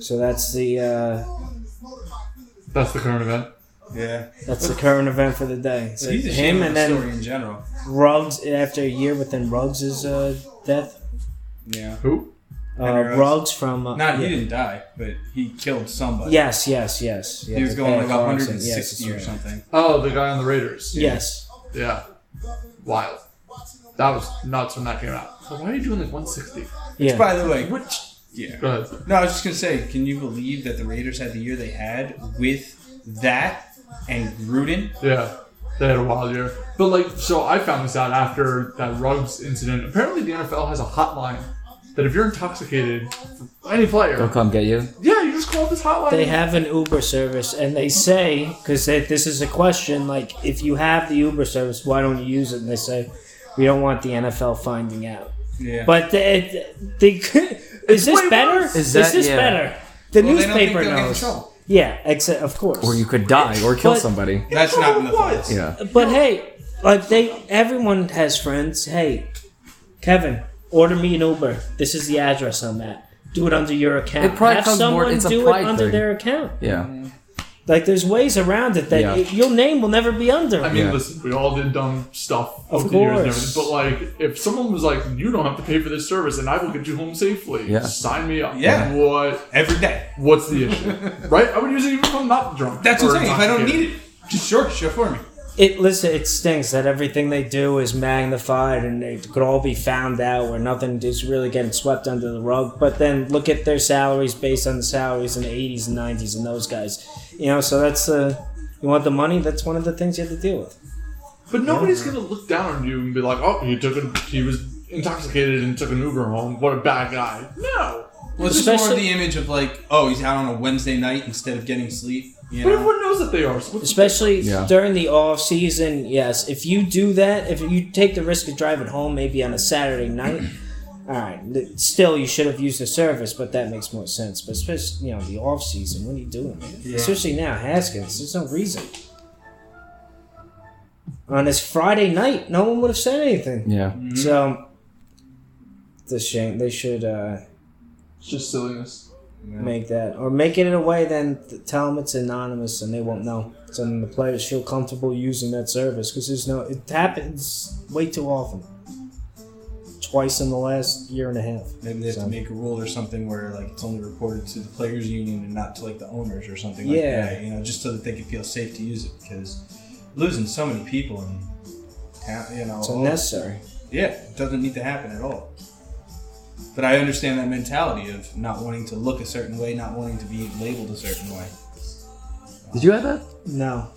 S5: So that's the uh,
S3: That's the current event.
S4: Yeah.
S5: that's the current event for the day. So
S4: But he's a shame
S5: him
S4: of
S5: and
S4: the
S5: then
S4: story in general.
S5: Ruggs after a year within Ruggs' uh, death.
S4: Yeah.
S3: Who?
S5: Uh,
S4: Henry
S5: Ruggs.
S4: Ruggs.
S5: from <laughs> uh,
S4: Not
S5: yeah.
S4: he didn't die, but he killed somebody.
S5: Yes, yes, yes. yes
S4: He was going like
S5: Yeah, Clarkson,
S4: 160
S5: yes, that's
S4: or
S5: right.
S4: something.
S3: Oh, the guy on the Raiders.
S5: Yes,
S3: Yeah. Wild. That was nuts when that came out. But why are you doing like 160?
S5: yeah.
S4: By the way, which? Yeah.
S3: Go ahead.
S4: No, I was just gonna say, can you believe that the Raiders had the year they had with that and Gruden?
S3: Yeah, they had a wild year. But like, so I found this out after that Ruggs incident. Apparently, the NFL has a hotline that if you're intoxicated, any player,
S2: They'll come get you.
S3: yeah, you just call this hotline?
S5: They have an Uber service, and they say because this is a question like if you have the Uber service, why don't you use it? And they say we don't want the NFL finding out.
S4: Yeah.
S5: But they, they could, <laughs> is this
S3: way
S5: better?
S3: worse.
S2: Is that-
S5: this
S2: yeah.
S5: better? The
S4: Well, they don't think
S5: newspaper
S4: they'll get in
S5: knows.
S4: trouble.
S5: Yeah, except of course.
S2: Or you could die or kill
S5: But-
S2: somebody.
S4: That's not in the files.
S2: Yeah.
S5: But hey, like they, everyone has friends. Hey, Kevin, order me an Uber. This is the address I'm at. Do it under your account.
S2: It probably
S5: Have
S2: comes more-
S5: someone
S2: it's a
S5: do it
S2: pride
S5: under
S2: thing.
S5: their account.
S2: Yeah.
S4: Mm.
S5: Like there's ways around it that
S2: Yeah.
S5: y- your name will never be under.
S3: I mean,
S2: Yeah.
S3: listen, we all did dumb stuff
S5: Of
S3: over the years and
S5: course.
S3: everything. But like, if someone was like, "You don't have to pay for this service, and I will get you home safely,"
S2: Yeah.
S3: sign me up.
S4: Yeah.
S3: What?
S4: Every day.
S3: What's the issue?
S4: <laughs>
S3: right? I would use it even if I'm not drunk.
S4: That's
S3: or
S4: what I'm saying. If I don't
S3: intoxicated.
S4: need it, just sure, show for me.
S5: it listen, it stinks that everything they do is magnified and it could all be found out where nothing is really getting swept under the rug. But then look at their salaries based on the salaries in the eighties and nineties and those guys. You know, so that's uh you want the money, that's one of the things you have to deal with.
S3: But nobody's gonna look down on you and be like, "Oh, he took a, he was intoxicated and took an Uber home. What a bad guy." No.
S4: Well, it's just more
S5: Especially-
S4: the image of like, oh, he's out on a Wednesday night instead of getting sleep. You
S3: But
S4: know?
S3: everyone knows that they are. So what's-
S5: Especially
S2: Yeah.
S5: during the off season, yes. If you do that, if you take the risk of driving home maybe on a Saturday night, <clears throat> all right. th- Still, you should have used the service, but that makes more sense. But especially, you know, the off season, what are you doing, man? Especially now, Haskins. There's no reason. On this Friday night, no one would have said anything.
S2: Yeah.
S5: So, it's a shame. They should uh,
S3: It's just silliness.
S5: make that or make it in a way then th- tell them it's anonymous and they won't know so then the players feel comfortable using that service because there's no it happens way too often twice in the last year and a half
S4: Maybe they have to
S5: So-
S4: make a rule or something where like it's only reported to the players' union and not to like the owners or something like
S5: Yeah.
S4: that. You know, just so that they can feel safe to use it because losing so many people in town, you know,
S5: it's
S4: all-
S5: unnecessary
S4: yeah, it doesn't need to happen at all. But I understand that mentality of not wanting to look a certain way, not wanting to be labeled a certain way.
S2: Did you have that?
S5: no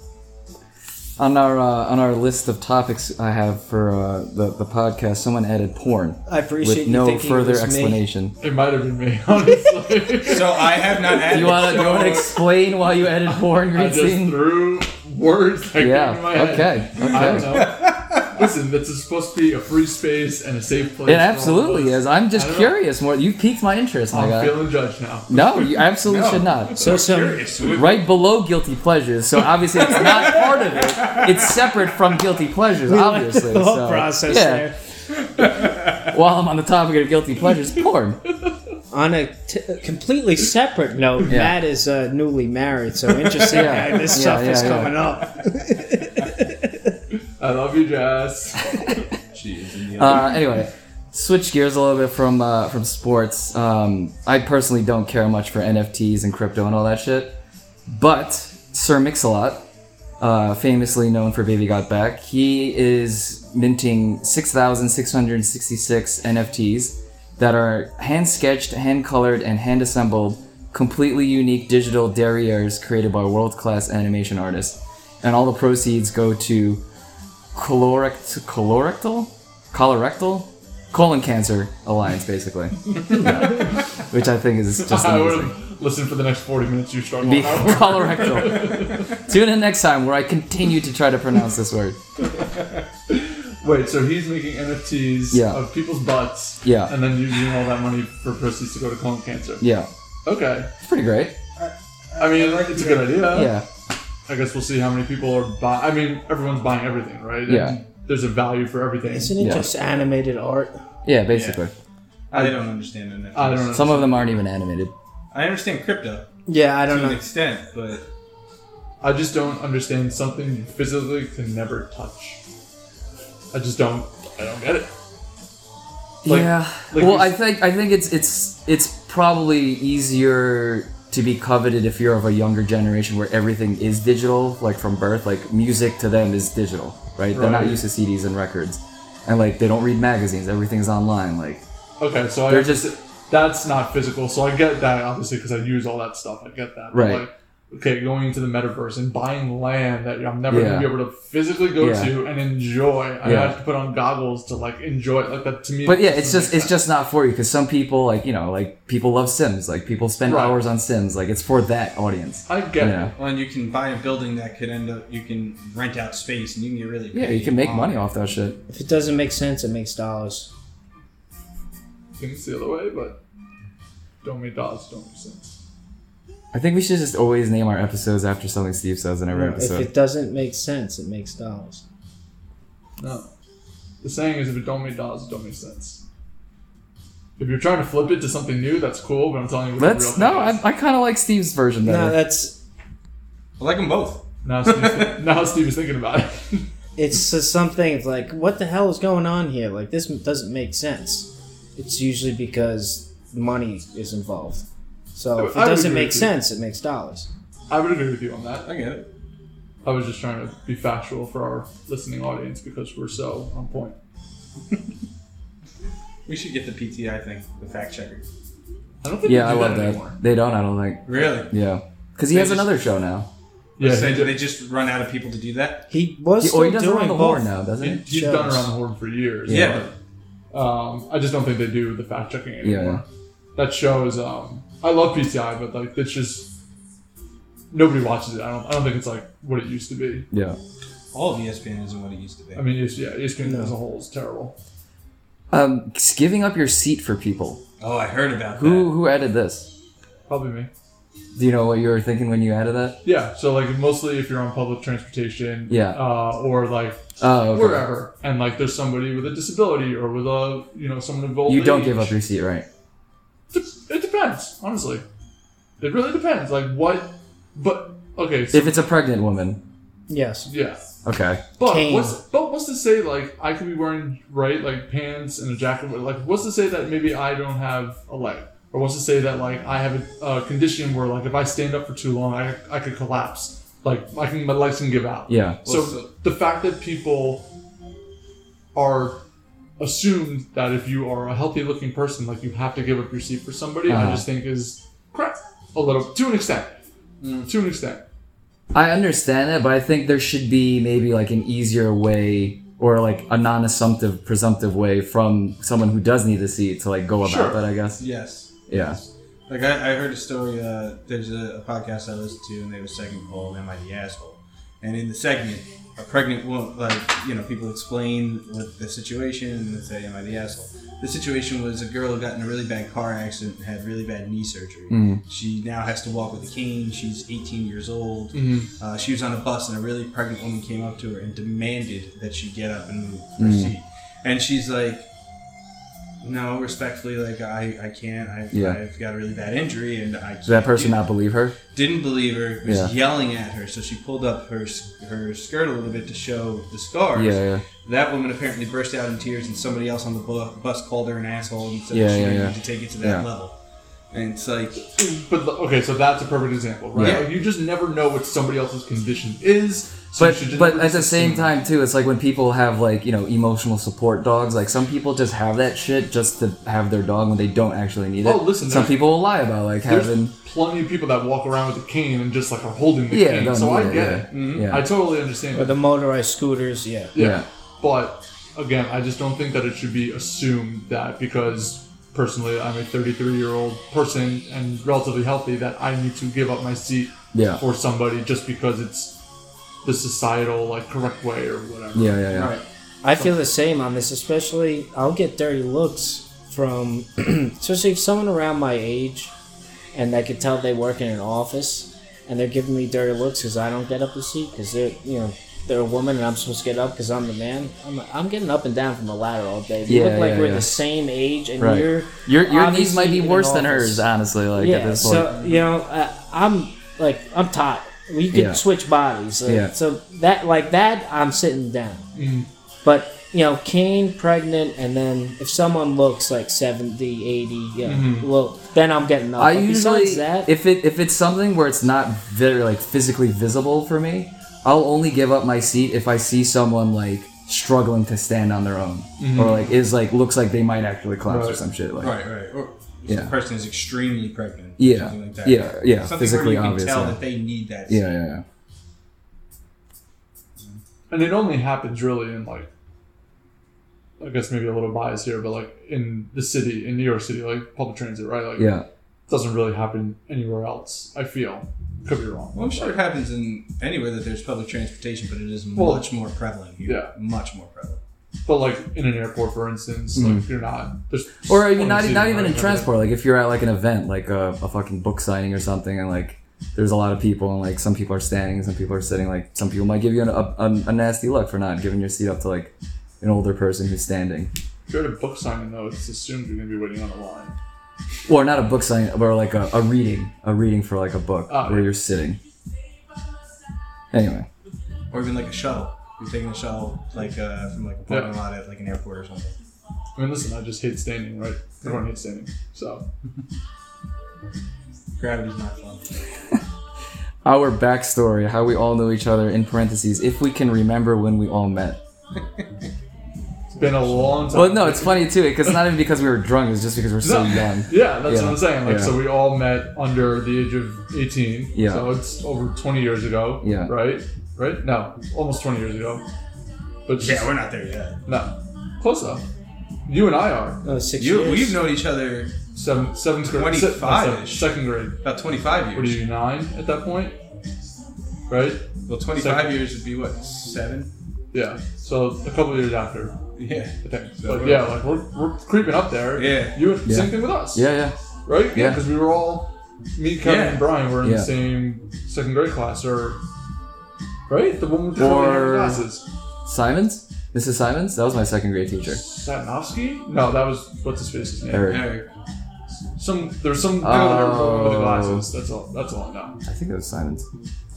S2: On our uh, on our list of topics I have for uh, the the podcast, someone added porn
S5: i appreciate
S2: with
S5: you
S2: no
S5: thinking
S2: further
S5: it was me.
S2: explanation.
S3: It might have been me, <laughs> honestly.
S4: So I have not
S5: <laughs>
S4: added.
S2: You want
S4: <laughs>
S2: to
S4: so-
S2: you want to explain why you added porn
S3: I
S2: green
S3: just
S2: scene?
S3: threw words that came to my
S2: Yeah.
S3: head.
S2: Okay.
S3: I don't
S2: Okay.
S3: know. Listen, this is supposed to be a free space and a safe place.
S2: It
S3: for all of
S2: absolutely
S3: us.
S2: is. I'm just
S3: I don't know.
S2: curious. More, you piqued my interest, my
S3: I'm
S2: guy.
S3: feeling judged now.
S2: No, you absolutely should not.
S5: so some
S4: Curious. We-
S2: Right below guilty pleasures, so obviously it's not part of it. It's separate from guilty pleasures,
S5: we liked
S2: obviously.
S5: the whole
S2: so,
S5: process
S2: yeah.
S5: there
S2: While I'm on the topic of guilty pleasures, porn.
S5: on a t- completely separate note
S2: Yeah.
S5: matt is uh, newly married so interesting
S2: Yeah.
S5: how this
S2: Yeah,
S5: stuff
S2: yeah,
S5: is
S2: yeah.
S5: coming up
S3: I love
S2: <laughs>
S3: you, Jess.
S2: Uh, anyway, switch gears a little bit from uh, from sports. Um, I personally don't care much for NFTs and crypto and all that shit, but Sir Mix-a-Lot, uh, famously known for Baby Got Back, he is minting six thousand six hundred sixty-six NFTs that are hand sketched, hand colored, and hand assembled, completely unique digital derrieres created by world class animation artists. And all the proceeds go to colorect, colorectal, colorectal, colon cancer alliance, basically, <laughs> Yeah. which I think is just
S3: <laughs> <laughs> I would
S2: amazing.
S3: have listened for the next 40 minutes you struggle.
S2: Be <laughs>
S3: out.
S2: colorectal. Tune in next time where I continue to try to pronounce this word.
S3: Wait, so he's making NFTs
S2: Yeah.
S3: of people's butts
S2: Yeah.
S3: and then using all that money for proceeds to go to colon cancer.
S2: Yeah,
S3: Okay.
S2: it's pretty great.
S3: I mean, it's a good idea.
S2: Yeah,
S3: I guess we'll see how many people are buying. I mean, everyone's buying everything, right?
S2: Yeah.
S3: There's a value for everything.
S5: isn't it
S2: Yeah.
S5: just animated art
S2: yeah, basically.
S4: I don't understand it.
S3: I don't know.
S2: Some of them aren't even animated.
S4: I understand crypto
S5: yeah i don't
S4: to
S5: know
S4: an extent, but
S3: I just don't understand something you physically can never touch. I just don't. I don't get it. Like-
S2: yeah.
S3: like
S2: well,
S3: you-
S2: I think I think it's it's it's probably easier to be coveted if you're of a younger generation where everything is digital, like from birth. Like music to them is digital, right? They're not
S3: Right.
S2: used to CDs and records, and like they don't read magazines. Everything's online. Like
S3: Okay, so I
S2: They're just-
S3: that's not physical. So I get that obviously because I use all that stuff. I get that. But,
S2: Right.
S3: Like, okay, going into the metaverse and buying land that I'm never
S2: Yeah.
S3: gonna be able to physically go
S2: Yeah.
S3: to and enjoy. I
S2: Yeah.
S3: had to put on goggles to like enjoy it. Like that to me.
S2: But yeah,
S3: doesn't
S2: it's just
S3: make
S2: it's just not for you because some people like you know like people love Sims like people spend
S3: Right.
S2: hours on Sims like it's for that audience.
S3: sense. I get
S2: Yeah.
S3: it.
S4: Well, and you can buy a building that could end up, you can rent out space and you can get really
S2: Yeah, you can make money off that shit.
S5: If it doesn't make sense, it makes dollars.
S3: You can see the other way, but don't make dollars don't make sense.
S2: I think we should just always name our episodes after something Steve says in every
S5: If
S2: episode.
S5: it doesn't make sense, it makes dollars.
S3: No. The saying is if it don't make dollars, it don't make sense. If you're trying to flip it to something new, that's cool, but I'm telling you what the real
S2: Let's
S3: thing
S2: no, I,
S3: is.
S2: I kind of like Steve's version better.
S5: No, that's
S4: I like them both.
S3: Now Steve, <laughs> now Steve is thinking about it. <laughs>
S5: it's just something like what the hell is going on here? Like this doesn't make sense. It's usually because money is involved. So if it
S3: I would
S5: doesn't
S3: agree
S5: make
S3: with you.
S5: sense, it makes dollars.
S3: I would agree with you on that.
S4: I get it.
S3: I was just trying to be factual for our listening audience because we're so on point.
S4: We should get the PTI thing, the fact checker.
S3: I don't think
S2: yeah, I
S3: we do
S2: love
S3: that
S2: that.
S3: anymore.
S2: They don't. I don't think.
S4: Really?
S2: Yeah, because he
S4: They
S2: has
S4: just-
S2: another show now.
S3: Yeah,
S4: So
S3: he
S4: do
S3: did-
S4: they just run out of people to do that?
S5: He was
S2: He,
S5: still
S2: oh, he does
S5: doing
S2: around the
S5: both.
S2: horn now, doesn't he?
S3: he's done around the horn for years.
S4: Yeah.
S3: but, Um, I just don't think they do the fact checking anymore.
S2: Yeah.
S3: That show is. Um, I love PTI, but like it's just nobody watches it. I don't. I don't think it's like what it used to be.
S2: Yeah.
S4: All of E ESPN isn't what it used to be.
S3: I mean, E it's, yeah, ESPN as a whole is terrible.
S2: Um, it's giving up your seat for people.
S4: oh, I heard about
S2: Who who added this?
S3: Probably me.
S2: Do you know what you were thinking when you added that?
S3: Yeah. So like mostly if you're on public transportation.
S2: Yeah.
S3: Uh, or like
S2: Oh, okay.
S3: wherever, and like there's somebody with a disability or with a you know someone involved.
S2: You don't give up your seat, right?
S3: It depends, honestly. It really depends. Like what, but okay. So,
S2: If it's a pregnant woman,
S5: Yes.
S3: yeah.
S2: okay.
S3: But
S5: Kane.
S3: what's but what's to say like I could be wearing right like pants and a jacket but like what's to say that maybe I don't have a leg or what's to say that like I have a, a condition where like if I stand up for too long I, I could collapse like I can my legs can give out
S2: Yeah.
S3: so
S4: Well, so-
S3: the fact that people are assumed that if you are a healthy looking person like you have to give up your seat for somebody I
S2: Uh-huh.
S3: just think is correct a little to an extent to an extent
S2: I understand that, but I think there should be maybe like an easier way or like a non-assumptive, presumptive way from someone who does need a seat to like go about
S3: Sure.
S2: that. I guess.
S4: Yes.
S2: Yeah.
S4: Like I, I heard a story. Uh, there's a, a podcast I listened to, and they have a segment called "Am I the Asshole?" And in the segment, a pregnant woman, like you know, people explain what the situation and they say, "Am I the asshole?" The situation was a girl who got in a really bad car accident and had really bad knee surgery. She now has to walk with a cane. She's 18 years old. Uh, she was on a bus, and a really pregnant woman came up to her and demanded that she get up and move her seat. And she's like, "No, respectfully, like I, I can't. I've,
S2: Yeah.
S4: I've got a really bad injury, and I
S2: Does that
S4: can't
S2: person
S4: do
S2: not believe her?
S4: didn't believe her. Was
S2: Yeah.
S4: yelling at her, so she pulled up her s- her skirt a little bit to show the scars.
S2: Yeah. Yeah.
S4: That woman apparently burst out in tears, and somebody else on the bu- bus called her an asshole and said
S2: Yeah,
S4: she
S2: yeah,
S4: didn't
S2: yeah.
S4: need to take it to that
S2: Yeah.
S4: level. And it's like,
S3: But okay, so that's a perfect example, right?
S4: Yeah.
S3: Like, you just never know what somebody else's condition is. So you
S2: But
S3: should just
S2: but
S3: never
S2: at the
S3: just
S2: same
S3: assume.
S2: time too, it's like when people have like you know emotional support dogs. Like some people just have that shit just to have their dog when they don't actually need it.
S3: Oh, listen,
S2: some
S3: there's-
S2: people will lie about like
S3: there's
S2: having.
S3: plenty of people that walk around with a cane and just like are holding the
S2: Yeah,
S3: cane.
S2: don't
S3: So
S2: need
S3: I
S2: it,
S3: get
S2: yeah.
S3: it. Mhm.
S2: Yeah.
S3: I totally understand.
S5: Or
S3: it.
S5: the motorized scooters, yeah.
S2: yeah.
S3: But again, I just don't think that it should be assumed that because personally I'm a 33 year old person and relatively healthy that I need to give up my seat
S2: Yeah.
S3: for somebody just because it's the societal like correct way or whatever.
S2: Yeah, yeah, yeah.
S4: Right.
S5: I feel the same on this, especially I'll get dirty looks from, <clears throat> especially if someone around my age, and I could tell they work in an office, and they're giving me dirty looks because I don't get up to seat because they're you know they're a woman and I'm supposed to get up because I'm the man. I'm, I'm getting up and down from the ladder all day. We
S2: Yeah,
S5: look like
S2: yeah,
S5: we're
S2: yeah.
S5: the same age, and
S2: Right.
S5: you're
S2: Your your knees
S5: obviously
S2: might be
S5: in an
S2: worse than
S5: office.
S2: hers, honestly. Like at
S5: yeah,
S2: this point.
S5: so you know, uh, I'm like I'm tired. We could
S2: Yeah.
S5: switch bodies. uh,
S2: Yeah.
S5: So that like that, I'm sitting down.
S4: Mm-hmm.
S5: But you know, Kane pregnant, and then if someone looks like 70, 80, yeah,
S4: Mm-hmm.
S5: well, then I'm getting up.
S2: I
S5: Uh, But
S2: usually
S5: besides that,
S2: if it if it's something where it's not very like physically visible for me, I'll only give up my seat if I see someone like struggling to stand on their own or like is like looks like they might actually collapse or some shit like
S4: right, right. Or, if
S2: Yeah.
S4: the person is extremely pregnant. or
S2: Yeah.
S4: something like that.
S2: Yeah, yeah,
S4: Something
S2: physically
S4: where you
S2: obvious,
S4: can tell
S2: yeah.
S4: that they need that.
S2: Yeah, yeah, yeah.
S3: And it only happens really in like, I guess maybe a little bias here, but like in the city, in New York City, like public transit, right? Like,
S2: Yeah.
S3: it doesn't really happen anywhere else. I feel could be wrong.
S4: Well, I'm sure it happens in anywhere that there's public transportation, but it is
S3: Well,
S4: much more prevalent here.
S3: yeah.
S4: Much more prevalent.
S3: But like in an airport, for instance, like you're not there's
S2: Mm-hmm. Or even
S3: one
S2: not, e,
S3: seat
S2: not even
S3: right
S2: in
S3: over
S2: transport. Like if you're at like an event, like a, a fucking book signing or something, and like there's a lot of people, and like some people are standing, some people are sitting. Like some people might give you an, a, a, a nasty look for not giving your seat up to like an older person who's standing.
S3: If you're at a book signing though, it's assumed you're gonna be waiting on the line.
S2: Or not a book signing, but like a, a reading, a reading for like a book
S5: Ah,
S3: Oh,
S2: where
S3: yeah.
S2: you're sitting. Anyway,
S4: Or even like a shuttle. You're taking a shuttle like uh, from like a parking lot at like an airport or something.
S3: I mean, listen, I just hate standing, right? Everyone hates standing, so
S4: Gravity's not fun.
S2: our backstory, how we all know each other in parentheses, if we can remember when we all met.
S3: it's been a long time.
S2: Well, no, it's funny too, because not even because we were drunk, it's just because we're so
S3: No.
S2: young.
S3: <laughs> Yeah, that's
S2: Yeah.
S3: what I'm saying. Like,
S2: Yeah.
S3: so we all met under the age of 18.
S2: Yeah.
S3: So it's over 20 years ago.
S2: Yeah.
S3: Right? Right? No, almost 20 years ago. But
S4: Yeah,
S3: yeah,
S4: we're not there yet.
S3: no, close though. You and I are
S5: No, oh, six
S4: You,
S5: years.
S4: we've known each other
S3: seven, seventh grade, se- no,
S4: 25-ish.
S3: se- second grade.
S4: about 25 years.
S3: What are you nine at that point? Right?
S4: well, 25
S3: Second-
S4: years would be what, seven?
S3: Yeah. So a couple years after,
S4: Yeah.
S3: I think.
S4: So- uh,
S3: but yeah, like we're, we're creeping up there.
S4: Yeah.
S3: You
S2: Yeah.
S3: same thing with us.
S2: Yeah, yeah.
S3: Right?
S2: Yeah.
S3: Because we were all me, Kevin,
S4: Yeah.
S3: and Brian were in
S2: Yeah.
S3: the same second grade class, or right? The woman with the
S2: Or-
S3: curly hair and glasses.
S2: Simons? Mrs. Simons? That was my second grade teacher.
S3: Satnowski? No, that was what's his face's name.
S2: Eric.
S4: Eric.
S3: Some there's some girl there with the woman with the
S2: Oh.
S3: glasses. That's all. That's all I know.
S2: I think it was Simons.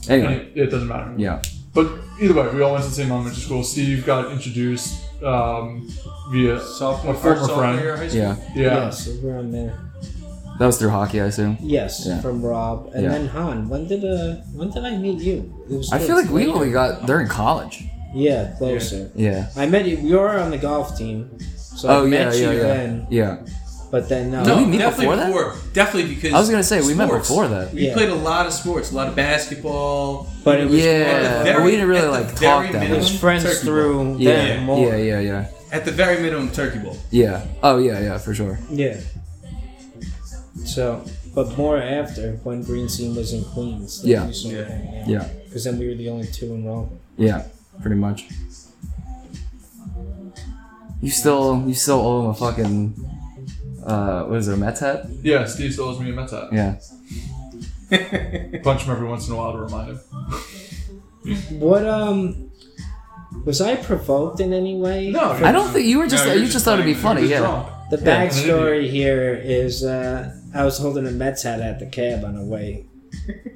S2: Anyway,
S3: And It, it doesn't matter.
S2: yeah.
S3: But either way, we all went to the same elementary school. Steve got introduced um, via
S4: Sophomore,
S3: a former
S4: sophomore year
S3: friend.
S4: of high school.
S2: Yeah.
S3: Yeah.
S5: Yes, around there.
S2: That was through hockey, I assume.
S5: Yes,
S2: Yeah.
S5: from Rob, and
S2: Yeah.
S5: then Han. When did uh, when did I meet you? It was
S2: I feel like we
S5: later.
S2: only got during college.
S5: Yeah, closer.
S2: Yeah.
S5: I met you. We were on the golf team, so
S2: Oh
S5: I
S2: yeah,
S5: met
S2: yeah,
S5: you
S2: yeah.
S5: then.
S2: Yeah.
S5: But then uh, no,
S2: Did we meet
S8: definitely
S2: before that?
S8: Definitely because
S2: I was gonna say we met
S8: sports.
S2: before that.
S8: We
S5: Yeah.
S8: played a lot of sports, a lot of basketball.
S5: but it was
S8: at the
S2: Yeah,
S8: very-
S2: but we didn't
S8: at
S2: really
S8: the
S2: like
S8: very
S2: talk that
S8: minimum-
S2: much.
S5: it's friends
S8: Turkey
S5: through
S2: Yeah,
S5: them more.
S2: yeah, yeah, yeah,
S8: At the very minimum, turkey bowl.
S2: yeah. Oh yeah, yeah, for sure.
S5: Yeah. So, but more after when Green Scene was in Queens.
S2: Yeah.
S5: Yeah.
S2: Yeah,
S5: Because then we were the only two in Rome.
S2: yeah, pretty much. You still, you still owe him a fucking, uh, what is it, a Mets hat?
S3: Yeah, Steve still owes me a Mets hat.
S2: Yeah.
S3: Punch him every once in a while to remind him.
S5: What um, was I provoked in any way?
S3: No,
S2: I don't think you were just,
S4: No,
S2: you
S4: you're
S2: just,
S4: just
S2: thought it'd be
S4: playing.
S2: funny.
S3: He's
S2: Yeah.
S3: drunk.
S5: The
S3: Yeah, I'm an
S5: backstory here is uh, I was holding a Mets hat at the cab on the way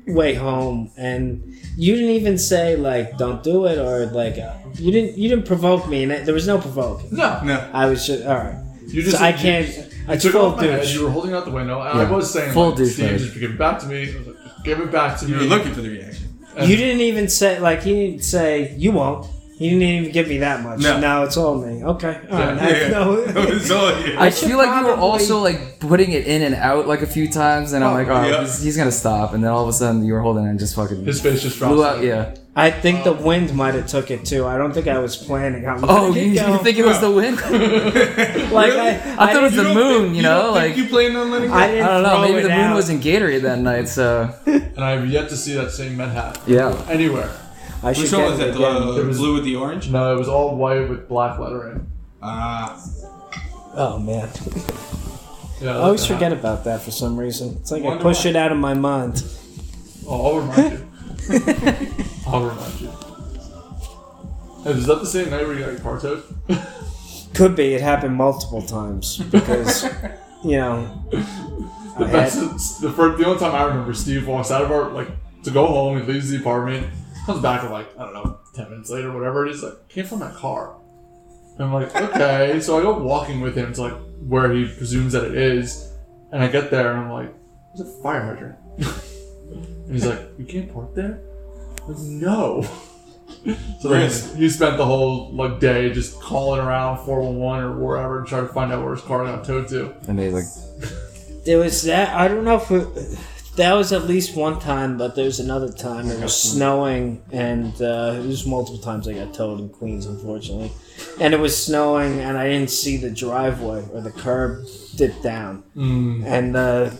S5: way home, and you didn't even say like "don't do it" or like uh, you didn't you didn't provoke me, and it, there was no provoking.
S3: No,
S4: No.
S5: I was just all right.
S3: you just
S5: so I
S3: you-
S5: can't. I
S3: I took it off
S5: told
S3: my head.
S5: douche.
S3: You were holding out the window, and
S2: Yeah.
S3: I was saying,
S2: Full
S3: like,
S2: douchebag.
S3: Steve, just give it back to me. I was like, give it back to
S4: You
S3: me.
S4: were looking for the reaction.
S3: And-
S5: You didn't even say like he didn't say you won't. He didn't even give me that much.
S4: No.
S5: it's all me. Okay, all
S3: Yeah.
S5: right. <laughs>
S4: <laughs>
S5: I, no.
S4: it's all you.
S2: I
S5: should
S2: feel like you were
S5: probably-
S2: also like putting it in and out like a few times, and I'm like, oh,
S4: yeah.
S2: he's, he's gonna stop, and then all of a sudden you were holding it and just fucking
S3: His face just drops.
S2: blew out. Yeah.
S5: I think the wind might have took it too. I don't think I was planning on.
S2: Oh,
S5: letting
S2: you,
S5: it
S2: you
S5: go.
S2: think it was the wind?
S5: like
S4: Really?
S5: I,
S2: I thought it was the
S5: didn't-
S2: moon. You know, like
S4: you playing on letting
S5: I
S4: go?
S5: didn't.
S2: I don't know.
S5: throw
S2: Maybe
S5: it
S2: the moon
S5: out.
S2: was in Gatorade that night. So
S3: And I have yet to see that same Met hat
S2: yeah,
S3: anywhere.
S5: I should
S4: Which one
S5: get
S4: was
S5: it
S4: that? The
S5: again.
S4: uh,
S3: It was-
S4: blue with the orange?
S3: No, it was all white with black lettering.
S4: Ah.
S5: Oh man,
S3: Yeah,
S5: I always
S3: that
S5: forget about that for some reason. It's like I
S4: Wonder
S5: push
S4: why.
S5: it out of my mind.
S3: hat. Oh, I'll remind
S5: <laughs>
S3: you. I'll remind you. Hey, is that the same night where you got your car towed?
S5: Could be. It happened multiple times because you know.
S3: The
S5: I
S3: best.
S5: had-
S3: The, first, the only time I remember, Steve walks out of our like to go home. He leaves the apartment, comes back like I don't know, ten minutes later, whatever. And he's like, "Can't find my car." And I'm like, "Okay." so I go walking with him to like where he presumes that it is, and I get there and I'm like, "There's a fire hydrant." <laughs> and he's like, "You can't park there." I'm like, no. <laughs> So then he's- he spent the whole like day just calling around 411 or wherever to try to find out where his car got towed to.
S2: amazing.
S5: There was that. I don't know if it, that was at least one time, but there was another time it was snowing, and uh, it was multiple times I got towed in Queens, unfortunately. And it was snowing, and I didn't see the driveway or the curb dip down,
S2: Mm.
S5: and uh,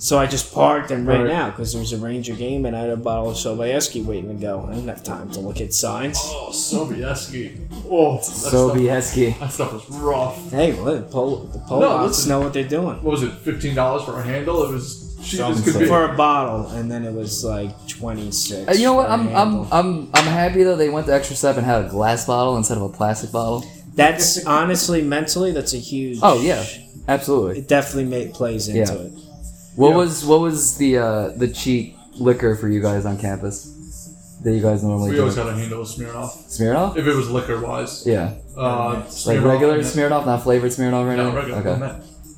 S5: so I just parked and ran
S3: Right.
S5: out because there was a Ranger game, and I had a bottle of Sobieski waiting to go. I didn't have time to look at signs.
S3: Oh, Sobieski. Oh, that stuff, <laughs>
S2: Sobieski.
S3: that stuff was rough.
S5: Hey, look, pol- the
S3: No,
S5: Polacks
S3: listen.
S5: know what they're doing.
S3: What was it? Fifteen dollars for a handle. It was cheap as could
S2: Something.
S3: be.
S5: for a bottle, and then it was like twenty six.
S2: Uh, You know what? I'm, I'm I'm I'm happy though they went the extra step and had a glass bottle instead of a plastic bottle.
S3: <laughs>
S5: That's honestly mentally, that's a huge.
S2: Oh yeah, absolutely.
S5: it definitely made, plays into
S2: Yeah.
S5: it.
S2: What was what was the uh, the cheap liquor for you guys on campus that you guys normally
S3: we always
S2: drink?
S3: had a handle of Smirnoff.
S2: Smirnoff?
S3: If it was liquor wise,
S2: Yeah,
S3: uh,
S2: like
S3: Smirnoff,
S2: regular
S3: yeah.
S2: Smirnoff, not flavored Smirnoff right
S3: No,
S2: now.
S3: regular.
S2: okay,
S3: <laughs>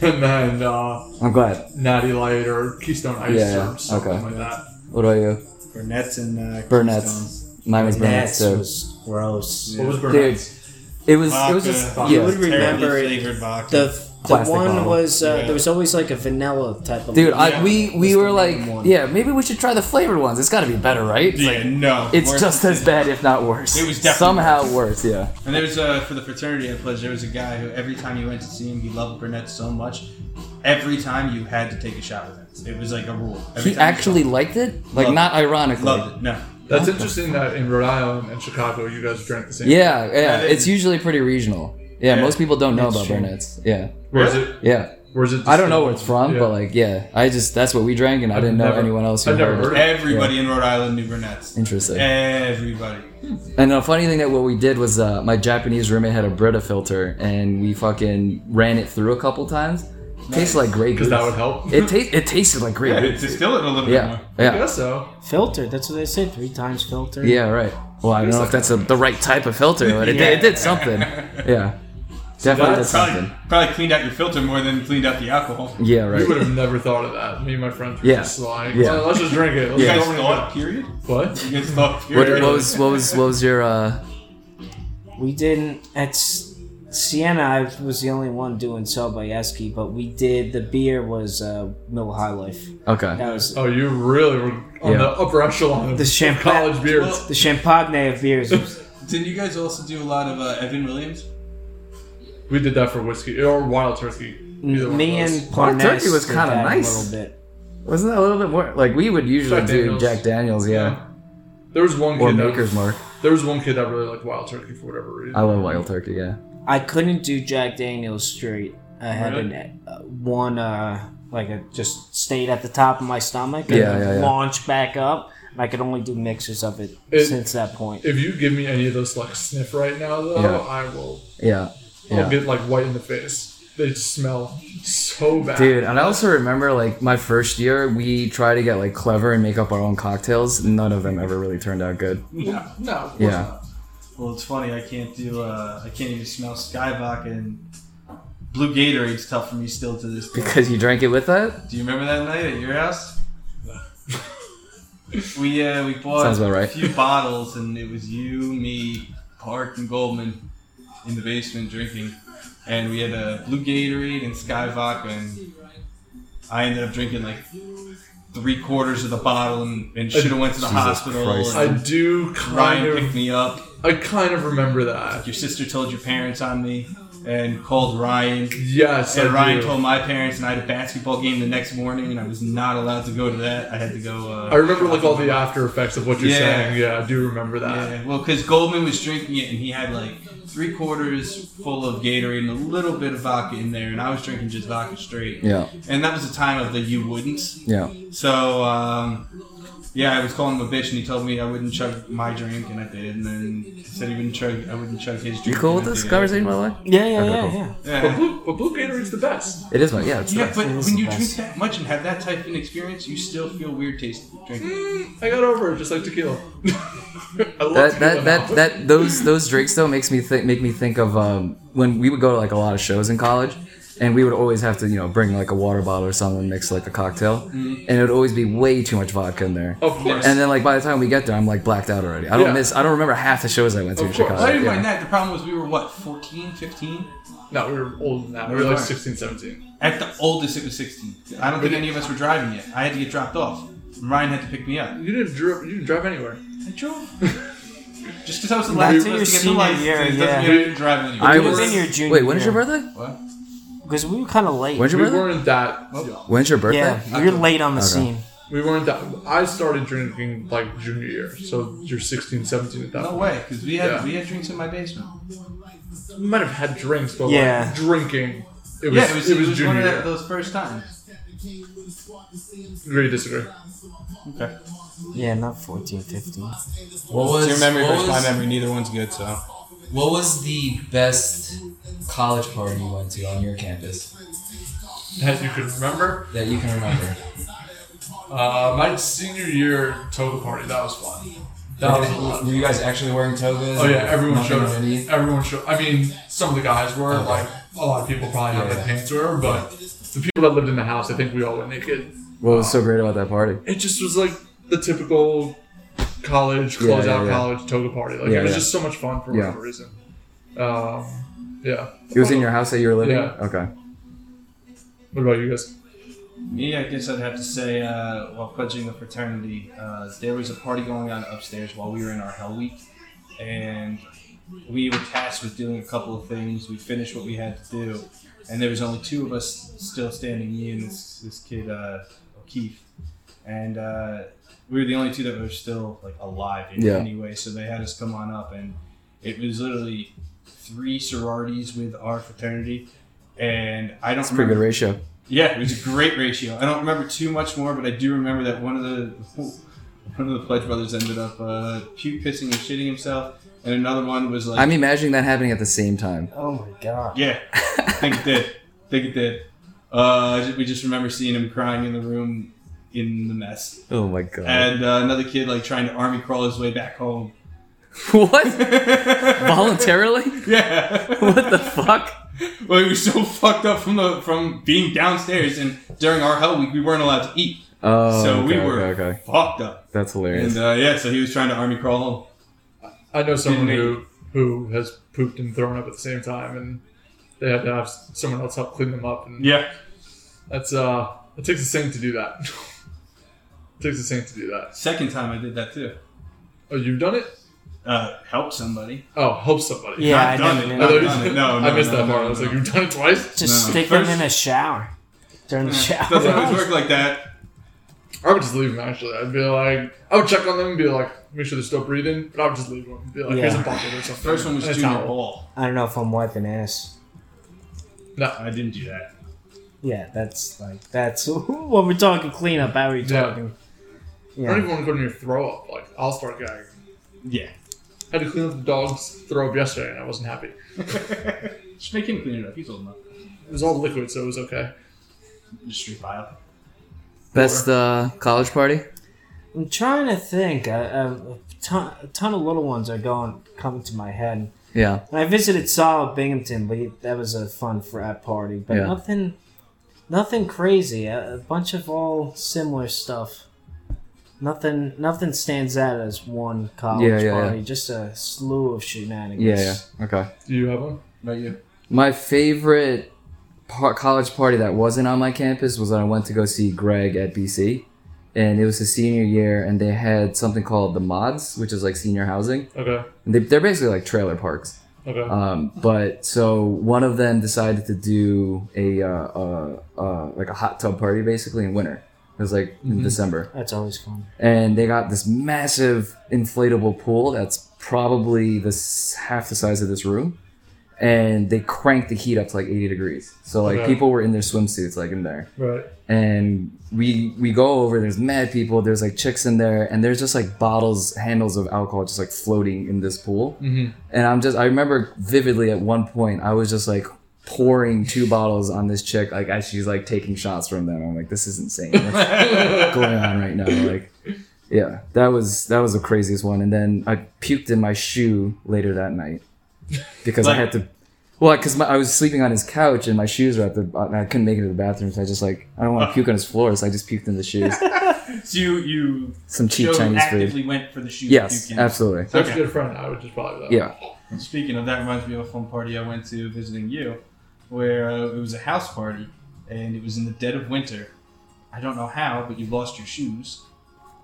S3: And then uh,
S2: I'm glad.
S3: Natty Light or Keystone Ice
S2: Yeah,
S3: or something
S2: okay.
S3: like that.
S2: What about you?
S4: Burnett's and uh, Kingstones.
S2: Burnett's. Mine was Burnett's
S5: That's
S2: too.
S5: was gross.
S3: What was
S2: Dude,
S3: Burnett's?
S2: it was it was just
S3: Vodka.
S5: You
S2: yeah.
S5: would remember
S4: Terribly
S5: it.
S4: flavored vodka.
S5: The the
S2: Plastic
S5: one
S2: bottle.
S5: was uh,
S4: Yeah.
S5: there was always like a vanilla type of.
S2: Dude, I,
S4: Yeah.
S2: we we
S5: Just
S2: were
S5: the
S2: like,
S5: one.
S2: yeah, maybe we should try the flavored ones. It's got to be better, right? It's,
S4: yeah,
S2: like,
S4: no.
S2: it's
S4: worse
S2: just as
S4: than-
S2: bad, if not worse.
S4: It was definitely
S2: somehow worse. Yeah.
S4: And there was uh, for the fraternity I pledged, there was a guy who every time you went to see him, he loved Burnett so much. Every time you had to take a shot with him. It was like a rule. Every
S2: He
S4: time you
S2: actually liked it, like
S4: Loved
S2: not ironically.
S4: loved it. No.
S3: That's interesting that in Rhode Island and Chicago, you guys drank the same.
S2: Yeah, yeah.
S4: didn't-
S2: It's usually pretty regional. Yeah,
S4: Yeah.
S2: most people don't know
S5: That's
S2: about
S5: true.
S2: Burnett's. Yeah,
S3: Where's it?
S2: yeah.
S3: Where's it?
S2: I don't know where it's
S3: distilled?
S2: from,
S3: Yeah.
S2: but like, yeah, I just that's what we drank, and I
S3: I've
S2: didn't know
S3: never-
S2: anyone else who
S3: I've never
S2: heard.
S3: heard
S2: it.
S3: of it.
S4: Everybody in Rhode Island knew Burnett's.
S2: Interesting.
S4: Everybody.
S2: And the funny thing that what we did was uh, my Japanese roommate had a Brita filter, and we fucking ran it through a couple times. Tastes like Grey Goose.
S3: because that would help.
S2: It tastes. It tasted like Grey Goose.
S4: Distill it a little
S2: Yeah,
S3: I
S2: yeah,
S3: guess so.
S5: filtered. That's what they said. Three times filtered.
S2: yeah. Right. Well, I don't know if that's a, the right type of filter, but it, did, it did something. Yeah, definitely did
S3: that's
S2: something.
S4: Probably, probably cleaned out your filter more than cleaned out the alcohol.
S2: Yeah,
S3: We would
S2: right.
S3: have never thought of that. Me and my friends were
S2: Yeah.
S3: just like,
S2: Yeah.
S3: "Well, let's just drink it. Let's
S4: You
S2: Yeah.
S4: guys
S3: go and
S4: thought,
S3: go."
S4: period?
S3: What?
S4: You guys thought,
S2: <laughs> What,
S4: period?
S2: what was what was what was your uh?
S5: We didn't at S- Sienna. I was the only one doing Sobieski, but we did. The beer was uh, Miller High Life.
S2: Okay.
S5: That was
S3: Oh, you really were on
S2: Yeah.
S3: the upper echelon of
S5: The champagne-
S3: college beers.
S5: the champagne
S3: <laughs>
S5: of beers. was-
S4: Didn't you guys also do a lot of uh, Evan Williams?
S3: We did that for whiskey or wild turkey. Either one of
S5: Me
S3: those.
S5: and
S2: Wild
S5: Parnas
S2: Turkey was
S5: did
S2: kinda
S5: that a
S2: nice.
S5: little bit.
S2: Wasn't that a little bit more like we would usually
S3: Jack
S2: do
S3: Daniels.
S2: Jack Daniels? Yeah.
S3: there was one
S2: Or
S3: kid.
S2: Maker's
S3: That,
S2: Mark.
S3: there was one kid that really liked wild turkey for whatever reason.
S2: I love Wild Turkey. Yeah.
S5: I couldn't do Jack Daniels straight. I had
S4: Really?
S5: an, uh, one uh, like it just stayed at the top of my stomach and
S2: Yeah, yeah, yeah.
S5: launched back up. And I could only do mixes of it,
S3: It-
S5: since that point.
S3: if you give me any of those like sniff right now though,
S2: Yeah.
S3: I will.
S2: Yeah.
S3: I'll
S2: Yeah.
S3: get like white in the face. They smell so bad.
S2: Dude, and I also remember like my first year, we tried to get like clever and make up our own cocktails. None of them ever really turned out good. <laughs>
S3: No, no, of course
S2: Yeah.
S3: not.
S4: Well, it's funny. I can't do. Uh, I can't even smell Skyvock and Blue Gatorade's tough for me still to this
S2: <laughs>
S4: day.
S2: Because you drank it with that?
S4: Do you remember that night at your house? we uh, we bought
S2: Sounds about right.
S4: a few bottles, and it was you, me, Park, and Goldman in the basement drinking, and we had a Blue Gatorade and Sky Vodka, and I ended up drinking like three quarters of the bottle, and, and should have went to the hospital.
S2: Christ.
S3: I
S4: And
S3: do kind
S4: Ryan picked
S3: of,
S4: me up.
S3: I kind of remember that.
S4: Your sister told your parents on me and called Ryan.
S3: Yes,
S4: And
S3: I
S4: Ryan
S3: do.
S4: told my parents, and I had a basketball game the next morning, and I was not allowed to go to that. I had to go. Uh,
S3: I remember like all the after effects of what you're
S4: Yeah.
S3: saying. Yeah, I do remember that.
S4: Yeah, well, because Goldman was drinking it, and he had like three quarters full of Gatorade and a little bit of vodka in there, and I was drinking just vodka straight.
S2: Yeah.
S4: And that was the time of the you wouldn't.
S2: Yeah.
S4: So, um, yeah, I was calling him a bitch, and he told me I wouldn't chug my drink, and I did. And then he said he wouldn't chug, I wouldn't chug his drink.
S2: You cool with
S4: and I
S2: this
S4: did.
S2: conversation, by the way?
S5: yeah, yeah,
S2: Okay,
S5: yeah,
S2: cool.
S5: yeah.
S3: But
S4: Yeah.
S3: blue, but blue Gatorade's the best.
S2: It is my yeah. It's
S4: Yeah,
S2: yeah,
S4: but
S5: It is
S4: when
S5: the
S4: you
S5: best.
S4: drink that much and have that type of experience, you still feel weird tasting drinking.
S3: I got over it just like tequila. <laughs> I love
S2: that
S3: tequila
S2: that that
S3: now.
S2: that those those drinks though makes me think make me think of um, when we would go to like a lot of shows in college. And we would always have to, you know, bring like a water bottle or something, and mix like a cocktail,
S6: Mm-hmm.
S2: and it would always be way too much vodka in there.
S3: <laughs> Of course.
S2: And then like by the time we get there, I'm like blacked out already. I don't
S3: Yeah.
S2: miss. I don't remember half the shows I went to
S3: Of
S2: in
S3: course.
S2: Chicago.
S4: Not even
S2: yeah.
S4: mind that. The problem was we were what, 14, 15?
S3: no, we were older than that. We were like 16, 17.
S4: At the oldest, it was 16. I don't think any of us were driving yet. I had to get dropped off. Ryan had to pick me up.
S3: You didn't drive. You didn't drive anywhere.
S4: I drove. <laughs> Just because I was the
S7: Back
S4: last
S7: to
S4: of
S7: your
S4: us to get the
S7: senior
S4: license
S7: year,
S4: doesn't
S7: yeah.
S4: mean I didn't drive anywhere.
S2: I
S7: It was
S2: was-
S7: in your junior.
S2: Wait, when's your birthday?
S4: What?
S7: Because we were kind of late.
S2: When's
S3: We
S2: your birthday?
S3: weren't that young.
S2: When's your birthday?
S7: yeah, you're late on the scene.
S3: We weren't that. I started drinking like junior year, so you're 16, 17 at that
S4: No
S3: point.
S4: way, because we had
S3: Yeah.
S4: we had drinks in my basement.
S3: We might have had drinks, but
S7: Yeah.
S3: like drinking. It was,
S4: yeah, it was, it was
S3: junior
S4: one of
S3: year.
S4: that, those first times.
S3: Agree, to disagree.
S4: Okay.
S7: Yeah, not 14, 15.
S6: What was,
S8: It's your memory
S6: what
S8: versus my
S6: was-
S8: memory. Neither one's good, so.
S6: What was the best college party you went to on your campus
S3: That you could remember.
S6: that you can remember?
S3: Uh, my senior year toga party, that was fun. That was a lot.
S6: Were you guys actually wearing togas?
S3: Oh yeah, everyone
S6: Nothing
S3: showed
S6: underneath?
S3: up. Everyone showed. I mean, some of the guys were
S6: Okay.
S3: like a lot of people probably had
S6: Yeah.
S3: their pants were, but the people that lived in the house, I think we all went naked.
S2: What was so great about that party?
S3: It just was like the typical college
S2: Yeah,
S3: closeout
S2: yeah, yeah.
S3: college toga party. Like
S2: Yeah,
S3: it was
S2: yeah.
S3: just so much fun for
S2: Yeah.
S3: whatever reason. Um, yeah.
S2: It was in your house that you were living.
S3: Yeah.
S2: Okay.
S3: What about you guys?
S4: Me, I guess I'd have to say, uh, while pledging a fraternity, uh, there was a party going on upstairs while we were in our Hell Week, and we were tasked with doing a couple of things. We finished what we had to do, and there was only two of us still standing. Me and this, this kid uh, O'Keefe, and uh, we were the only two that were still like alive in
S2: Yeah.
S4: any way. So they had us come on up, and it was literally three sororities with our fraternity. And I don't
S2: It's a pretty good
S4: remember-
S2: ratio.
S4: yeah, it was a great ratio. I don't remember too much more, but I do remember that one of the one of the Pledge brothers ended up uh, puke pissing and shitting himself, and another one was like,
S2: I'm imagining that happening at the same time. <laughs>
S7: Oh my god.
S4: yeah, I think it did, I think it did. Uh, ju- we just remember seeing him crying in the room in the mess,
S2: Oh my god.
S4: and uh, another kid like trying to army crawl his way back home.
S2: <laughs> What?
S4: Volunteer?
S3: <laughs>
S2: Voluntarily?
S4: Yeah.
S2: What the fuck?
S4: Well, we were so <laughs> fucked up from the from being downstairs, and during our hell week, we weren't allowed to eat.
S2: Oh,
S4: so we
S2: okay,
S4: were
S2: okay, okay.
S4: fucked up.
S2: That's hilarious.
S4: And uh, yeah, so he was trying to army crawl home.
S3: I know someone
S4: make
S3: who who has pooped and thrown up at the same time, and they had to have s- someone else help clean them up. And
S4: Yeah.
S3: that's uh, it takes a saint to do that. <laughs> it takes a saint to do that.
S4: Second time I did that too.
S3: Oh, you've done it?
S4: Uh, help somebody.
S3: Oh, help somebody. <laughs>
S7: Yeah, I
S4: Not done
S7: didn't
S4: it.
S7: know.
S4: Not
S3: I,
S4: done it. No, no,
S3: <laughs> I missed
S4: no,
S3: that
S4: no,
S3: part.
S4: no,
S3: I was
S4: no.
S3: like, you've done it twice.
S7: Just
S4: No.
S7: stick them
S4: First-
S7: in a shower. During the shower.
S4: Doesn't
S2: <laughs>
S4: always work like that.
S3: I would just leave them. Actually, I'd be like, I would check on them and be like, make sure they're still breathing. But I would just leave them.
S5: <laughs>
S3: Be like, here's a
S7: Yeah.
S3: bucket or something.
S4: First one was
S3: And a
S4: junior
S3: towel.
S4: ball.
S7: I don't know if I'm wiping ass.
S3: No,
S4: I didn't do that.
S7: Yeah, that's like
S5: <laughs>
S7: that's when we're talking cleanup. How are you
S3: Yeah.
S7: talking?
S3: I don't
S7: Yeah,
S3: even want to go near throw up. Like, I'll start gagging.
S4: Yeah.
S3: I had to clean up the dog's throw up yesterday, and I wasn't happy.
S4: <laughs> Just make him clean it up. He's old enough.
S3: It was all liquid, so it was okay.
S4: Just street file.
S2: Best uh, college party?
S7: I'm trying to think. I, I, a, ton, a ton of little ones are going coming to my head.
S2: Yeah.
S7: And I visited Saul at Binghamton, but that was a fun frat party. But
S2: Yeah.
S7: nothing, nothing crazy. A, a bunch of all similar stuff. Nothing, nothing stands out as one college
S2: Yeah, yeah, yeah.
S7: party. Just a slew of shenanigans.
S2: Yeah, yeah. Okay.
S3: Do you have one?
S4: About you?
S2: My favorite par- college party that wasn't on my campus was when I went to go see Greg at BC. And it was his senior year, and they had something called the Mods, which is like senior housing.
S3: Okay.
S2: And they, they're basically like trailer parks.
S3: Okay.
S4: Uh,
S2: Um, but so one of them decided to do a uh, uh, uh, like a hot tub party basically in winter. It was like in December,
S7: that's always fun.
S2: and they got this massive inflatable pool that's probably this half the size of this room, and they cranked the heat up to like eighty degrees. So like
S3: Okay.
S2: people were in their swimsuits like in there,
S3: right.
S2: and we we go over. There's mad people. There's like chicks in there, and there's just like bottles, handles of alcohol just like floating in this pool.
S3: Mhm.
S2: And I'm just I remember vividly at one point I was just like pouring two bottles on this chick like as she's like taking shots from them. I'm like, this is insane. What's going on right now? Like, yeah, that was that was the craziest one. And then I puked in my shoe later that night because I had to. Well, because I was sleeping on his couch and my shoes were at the, and I couldn't make it to the bathroom, so I just like I don't want to puke on his floor, so I just puked in the shoes.
S4: <laughs> So you you
S2: Some cheap
S4: Joe
S2: Chinese food.
S4: actively went for the shoes.
S2: Yes,
S4: you can-
S2: absolutely.
S3: That's
S4: Okay.
S3: a good friend. I would just probably that.
S2: Yeah.
S4: Speaking of that, reminds me of a fun party I went to visiting you, where uh, it was a house party, and it was in the dead of winter. I don't know how, but you lost your shoes,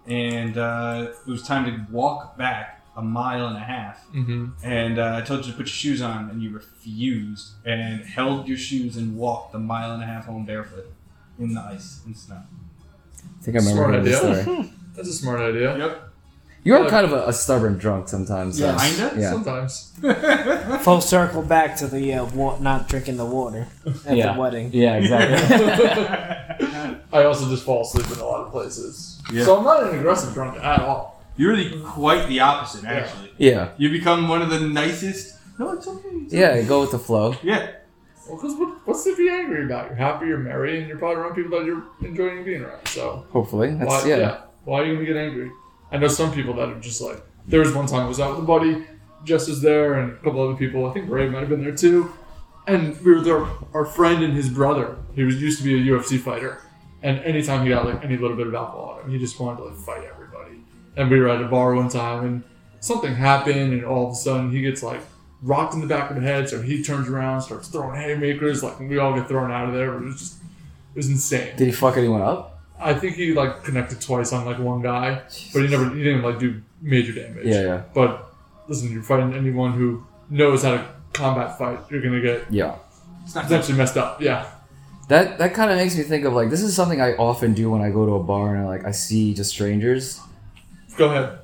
S4: and uh, it was time to walk back a mile and a half.
S3: Mm-hmm.
S4: And uh, I told you to put your shoes on, and you refused, and held your shoes and walked the mile and a half home barefoot in the ice and snow.
S2: I think I remember
S3: Smart
S2: hearing this
S3: idea.
S2: story.
S3: That's a smart idea.
S4: Yep.
S2: You are
S3: Look.
S2: kind of a, a stubborn drunk sometimes. so-
S4: Yes. Kinda?
S2: Yeah.
S3: Sometimes.
S4: <laughs>
S5: Full circle back to the uh, wa- not drinking the water at
S2: yeah.
S5: the wedding.
S4: <laughs>
S2: Yeah, exactly.
S3: I also just fall asleep in a lot of places.
S4: Yeah.
S3: So I'm not an aggressive drunk at all.
S4: <laughs> You're the, quite the opposite, actually.
S2: yeah.
S4: You become one of the nicest. No, it's okay. it's okay.
S2: Yeah, go with the flow.
S4: Yeah.
S3: Well, because what, what's to be angry about? You're happy, you're merry, and you're probably around people that you're enjoying being around. So
S2: Hopefully. That's
S3: why,
S2: yeah.
S3: Why are you gonna get angry? I know some people that are just like. There was one time I was out with a buddy, Jess was there, and a couple other people. I think Ray might have been there too. And we were there. Our friend and his brother. He was used to be a UFC fighter, and anytime he got like any little bit of alcohol, on him, he just wanted to like fight everybody. And we were at a bar one time, and something happened, and all of a sudden he gets like rocked in the back of the head. So he turns around, starts throwing haymakers. Like we all get thrown out of there. But it was just, it was insane.
S2: Did he fuck anyone up?
S3: I think he like connected twice on like one guy, but he never he didn't like do major damage.
S2: Yeah, yeah.
S3: But listen, you're fighting anyone who knows how to combat fight. You're gonna get
S2: Yeah.
S4: It's not
S3: potentially messed up. Yeah.
S2: That that kind of makes me think of like this is something I often do when I go to a bar and I like I see just strangers.
S3: Go ahead.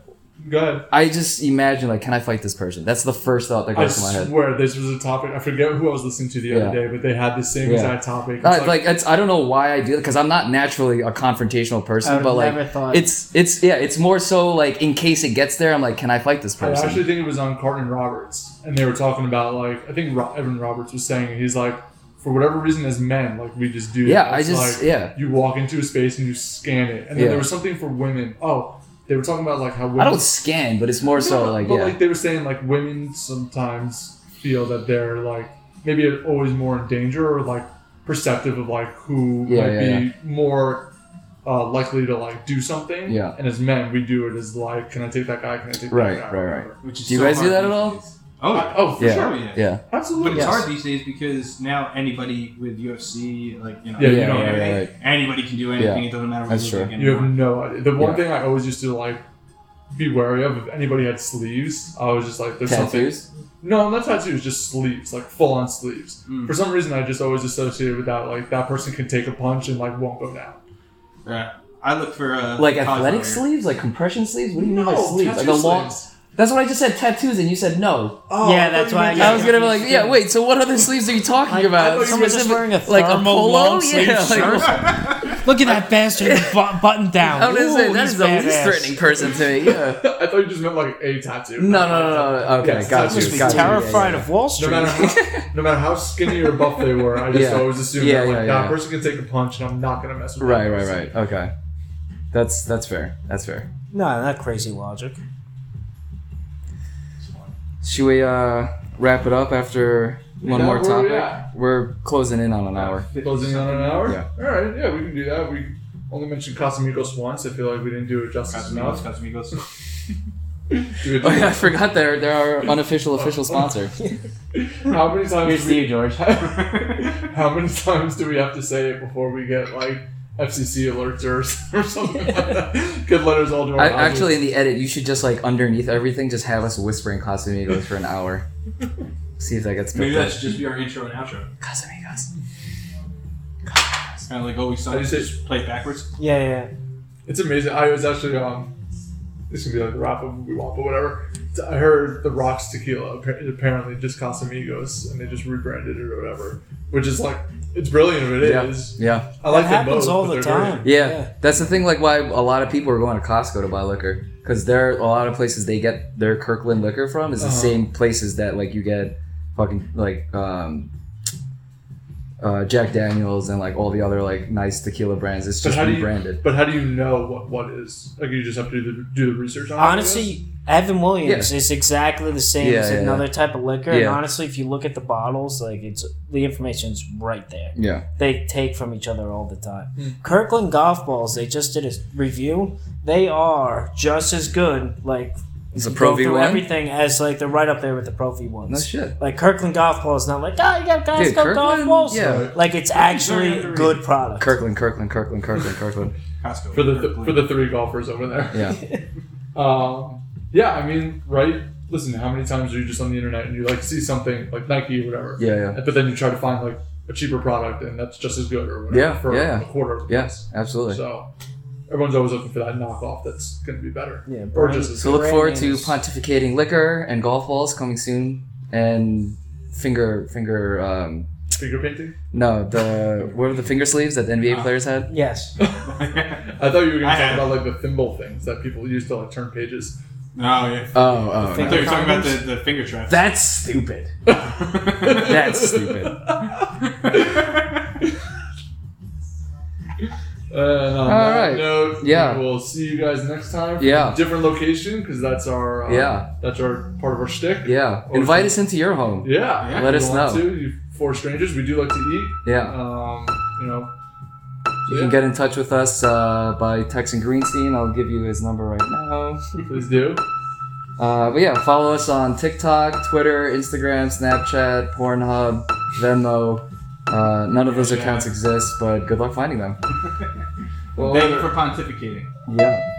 S3: Go ahead.
S2: I just imagine like can I fight this person? That's the first thought that
S3: I
S2: goes to my head.
S3: swear this was a topic. I forget who I was listening to the
S2: Yeah.
S3: other day, but they had the same
S2: Yeah.
S3: exact topic. It's
S2: I, Uh, like, it's I don't know why I do it because I'm not naturally a confrontational person,
S5: I've
S2: but like
S5: never thought-
S2: it's it's yeah it's more so like in case it gets there I'm like can I fight this
S3: I
S2: person?
S3: actually think it was on Carton and Roberts, and they were talking about like I think Ro- Evan Roberts was saying he's like for whatever reason as men like we just do
S2: Yeah,
S3: that.
S2: I
S3: It's
S2: just-
S3: like,
S2: yeah.
S3: you walk into a space and you scan it, and then
S2: Yeah.
S3: there was something for women. Oh, they were talking about like how women
S2: I don't scan, but it's more so
S3: No,
S2: like
S3: but
S2: yeah
S3: like they were saying like women sometimes feel that they're like maybe always more in danger or like perceptive of like who
S2: Yeah,
S3: might
S2: yeah,
S3: be more uh, likely to like do something
S2: Yeah.
S3: and as men we do it as like can I take that guy can I take
S2: Right,
S3: that guy
S2: right, right.
S4: Which is
S2: Do you
S4: so
S2: guys do
S4: hard
S2: that
S4: these
S2: at all?
S4: days. Oh,
S3: I- oh for
S2: Yeah.
S4: sure,
S3: sure
S4: yeah.
S2: yeah
S4: But
S3: absolutely
S4: it's
S5: Yes.
S4: hard these days because now anybody with UFC, like you know,
S3: Yeah,
S4: you
S3: yeah,
S4: know
S3: yeah,
S4: everything,
S2: right.
S4: anybody can do anything.
S2: Yeah.
S4: It doesn't matter. What
S2: That's
S4: you look
S2: true.
S4: like
S3: You have
S4: anymore.
S3: no idea. The one
S2: Yeah.
S3: thing I always used to like be wary of if anybody had sleeves, I was just like, there's something.
S2: tattoos.
S3: No, not tattoos, just sleeves, like full on sleeves.
S4: Mm.
S3: For some reason, I just always associated with that. Like that person can take a punch and like won't go down.
S4: Yeah. I look for uh,
S2: Like
S4: cosplayer.
S2: athletic sleeves, like compression sleeves. What do you mean by sleeves? Like a
S3: tattoo
S2: long.
S3: sleeves.
S2: That's what I just said, tattoos, and you said no.
S3: Oh,
S5: Yeah,
S3: I thought
S5: that's
S3: you
S5: why
S3: meant
S5: I
S2: I
S3: that.
S2: was gonna be like, yeah, wait. So what other sleeves are you talking
S5: I- I
S2: about?
S5: thought you were just
S2: Specific-
S5: wearing a
S2: like a
S5: thermal
S2: polo,
S5: long-sleeve
S2: yeah. like-
S5: shirt.
S2: <laughs>
S5: Look at that bastard bu- button down.
S2: I was gonna say
S5: Ooh,
S2: that
S5: he's
S2: is the least
S5: badass.
S2: threatening person to me. Yeah.
S3: <laughs> I thought you just meant like a tattoo.
S2: No, no, no, no. no. Okay,
S3: Yes,
S2: got
S3: that's
S2: you.
S3: just
S2: Got you. Yeah, yeah,
S5: Terrified of Wall
S3: No
S5: Street.
S3: matter,
S2: <laughs>
S3: how, no matter how skinny or buff they were, I just
S2: Yeah.
S3: always assumed
S2: Yeah,
S3: that like
S2: yeah,
S3: that
S2: yeah.
S3: person can take a punch and I'm not gonna mess with
S2: yeah.
S3: that
S2: Right, right,
S3: person.
S2: right. Okay, that's that's fair. That's fair.
S5: no, not crazy logic.
S2: Should we uh, wrap it up after one
S3: Yeah,
S2: more
S3: where we
S2: topic?
S3: at?
S2: We're closing in on an hour. <laughs>
S3: Closing in on an hour?
S2: Yeah.
S3: All right, yeah, we can do that. We only mentioned Casamigos once. I feel like we didn't do it justice
S4: Casamigos,
S3: enough.
S4: Casamigos.
S3: <laughs> Do it
S2: Oh yeah, I forgot they're they're our unofficial official sponsor.
S3: How
S2: <laughs>
S3: many times?
S2: you, George.
S3: <laughs> how many times do we have to say it before we get like FCC alerts or, <laughs> or something like that? Good letters all to our
S2: I,
S3: houses.
S2: actually, in the edit, you should just like underneath everything, just have us whispering Casamigos for an hour. See if that gets
S4: Maybe
S2: picked
S4: that
S2: up.
S4: should just be our intro and outro.
S2: Casamigos.
S4: Kind of like oh, always
S3: I
S4: something.
S3: just-
S4: Just play it backwards.
S5: Yeah, yeah.
S3: It's amazing. I was actually um, this can be like the wrap of what we want, but whatever. I heard the Rocks Tequila appa- apparently just Casamigos, and they just rebranded it or whatever, which is like it's brilliant. It is.
S2: Yeah. Yeah,
S3: I like
S5: It
S3: them
S5: happens
S3: both,
S5: all
S3: but
S5: the
S3: they're
S5: time.
S3: great.
S2: yeah, That's the thing. Like why a lot of people are going to Costco to buy liquor because there a lot of places they get their Kirkland liquor from is the
S3: Uh-huh.
S2: same places that like you get fucking like um, uh, Jack Daniels and like all the other like nice tequila brands. It's
S3: But
S2: just
S3: how do
S2: rebranded.
S3: you? But how do you know what what is? Like you just have to do the, do the research on. it, I guess?
S5: Honestly, Evan Williams is exactly the same
S2: Yeah,
S5: as
S2: yeah, yeah.
S5: another type of liquor. And
S2: Yeah.
S5: honestly, if you look at the bottles, like it's the information's right there.
S2: yeah,
S5: They take from each other all the time. Kirkland golf balls. They just did a review. They are just as good. Like
S2: It's a
S5: You
S2: Pro
S5: go through
S2: V1?
S5: Everything as like they're right up there with the Pro V ones.
S2: No shit.
S5: Like Kirkland golf balls, not like oh you got guys
S2: Dude,
S5: go golf
S2: Kirkland?
S5: balls.
S2: Yeah.
S5: Like it's actually good product.
S2: Kirkland, Kirkland, Kirkland, Kirkland,
S3: <laughs>
S2: Kirkland.
S4: Costco. Oh,
S3: for the for the three golfers over there.
S2: Yeah.
S3: <laughs> Um, yeah, I mean, right? Listen, how many times are you just on the internet and you like see something like Nike or whatever,
S2: Yeah, yeah.
S3: but then you try to find like a cheaper product and that's just as good or whatever
S2: Yeah,
S3: for
S2: yeah.
S3: a quarter. Of the
S2: Yes,
S3: price.
S2: absolutely.
S3: So everyone's always looking for that knockoff that's going to be better.
S5: Yeah,
S3: or
S5: brand-
S3: just as
S2: So look
S5: Brand
S2: forward to
S5: names.
S2: pontificating liquor and golf balls coming soon, and finger finger. Um,
S3: finger painting.
S2: no, the what are the finger sleeves that the
S3: Ah.
S2: NBA players had?
S5: <laughs> Yes.
S3: I thought you were
S4: I
S3: going to talk
S4: had-
S3: about like the thimble things that people use to like turn pages.
S4: No, yeah.
S2: Oh, oh.
S4: I
S2: no.
S4: thought you were talking about the, the finger trap.
S2: That's stupid. <laughs>
S4: <laughs>
S2: That's stupid.
S3: Uh, And on
S2: All
S3: that
S2: right.
S3: note,
S2: Yeah.
S3: we will see you guys next time. from
S2: Yeah.
S3: a different location because that's our uh,
S2: Yeah.
S3: that's our part of our shtick.
S2: Yeah. Invite us into your home.
S3: Yeah,
S4: Yeah.
S3: if
S2: Let
S3: you
S2: us
S3: want
S2: know.
S3: To, you four strangers, we do like to eat.
S2: Yeah.
S3: Um, you know,
S2: You can get in touch with us uh, by texting Greenstein. I'll give you his number right now.
S3: please do.
S2: Uh, but yeah, follow us on TikTok, Twitter, Instagram, Snapchat, Pornhub, Venmo. Uh, none of those accounts exist, but good luck finding them.
S3: Well,
S4: Thank you for pontificating.
S2: Yeah.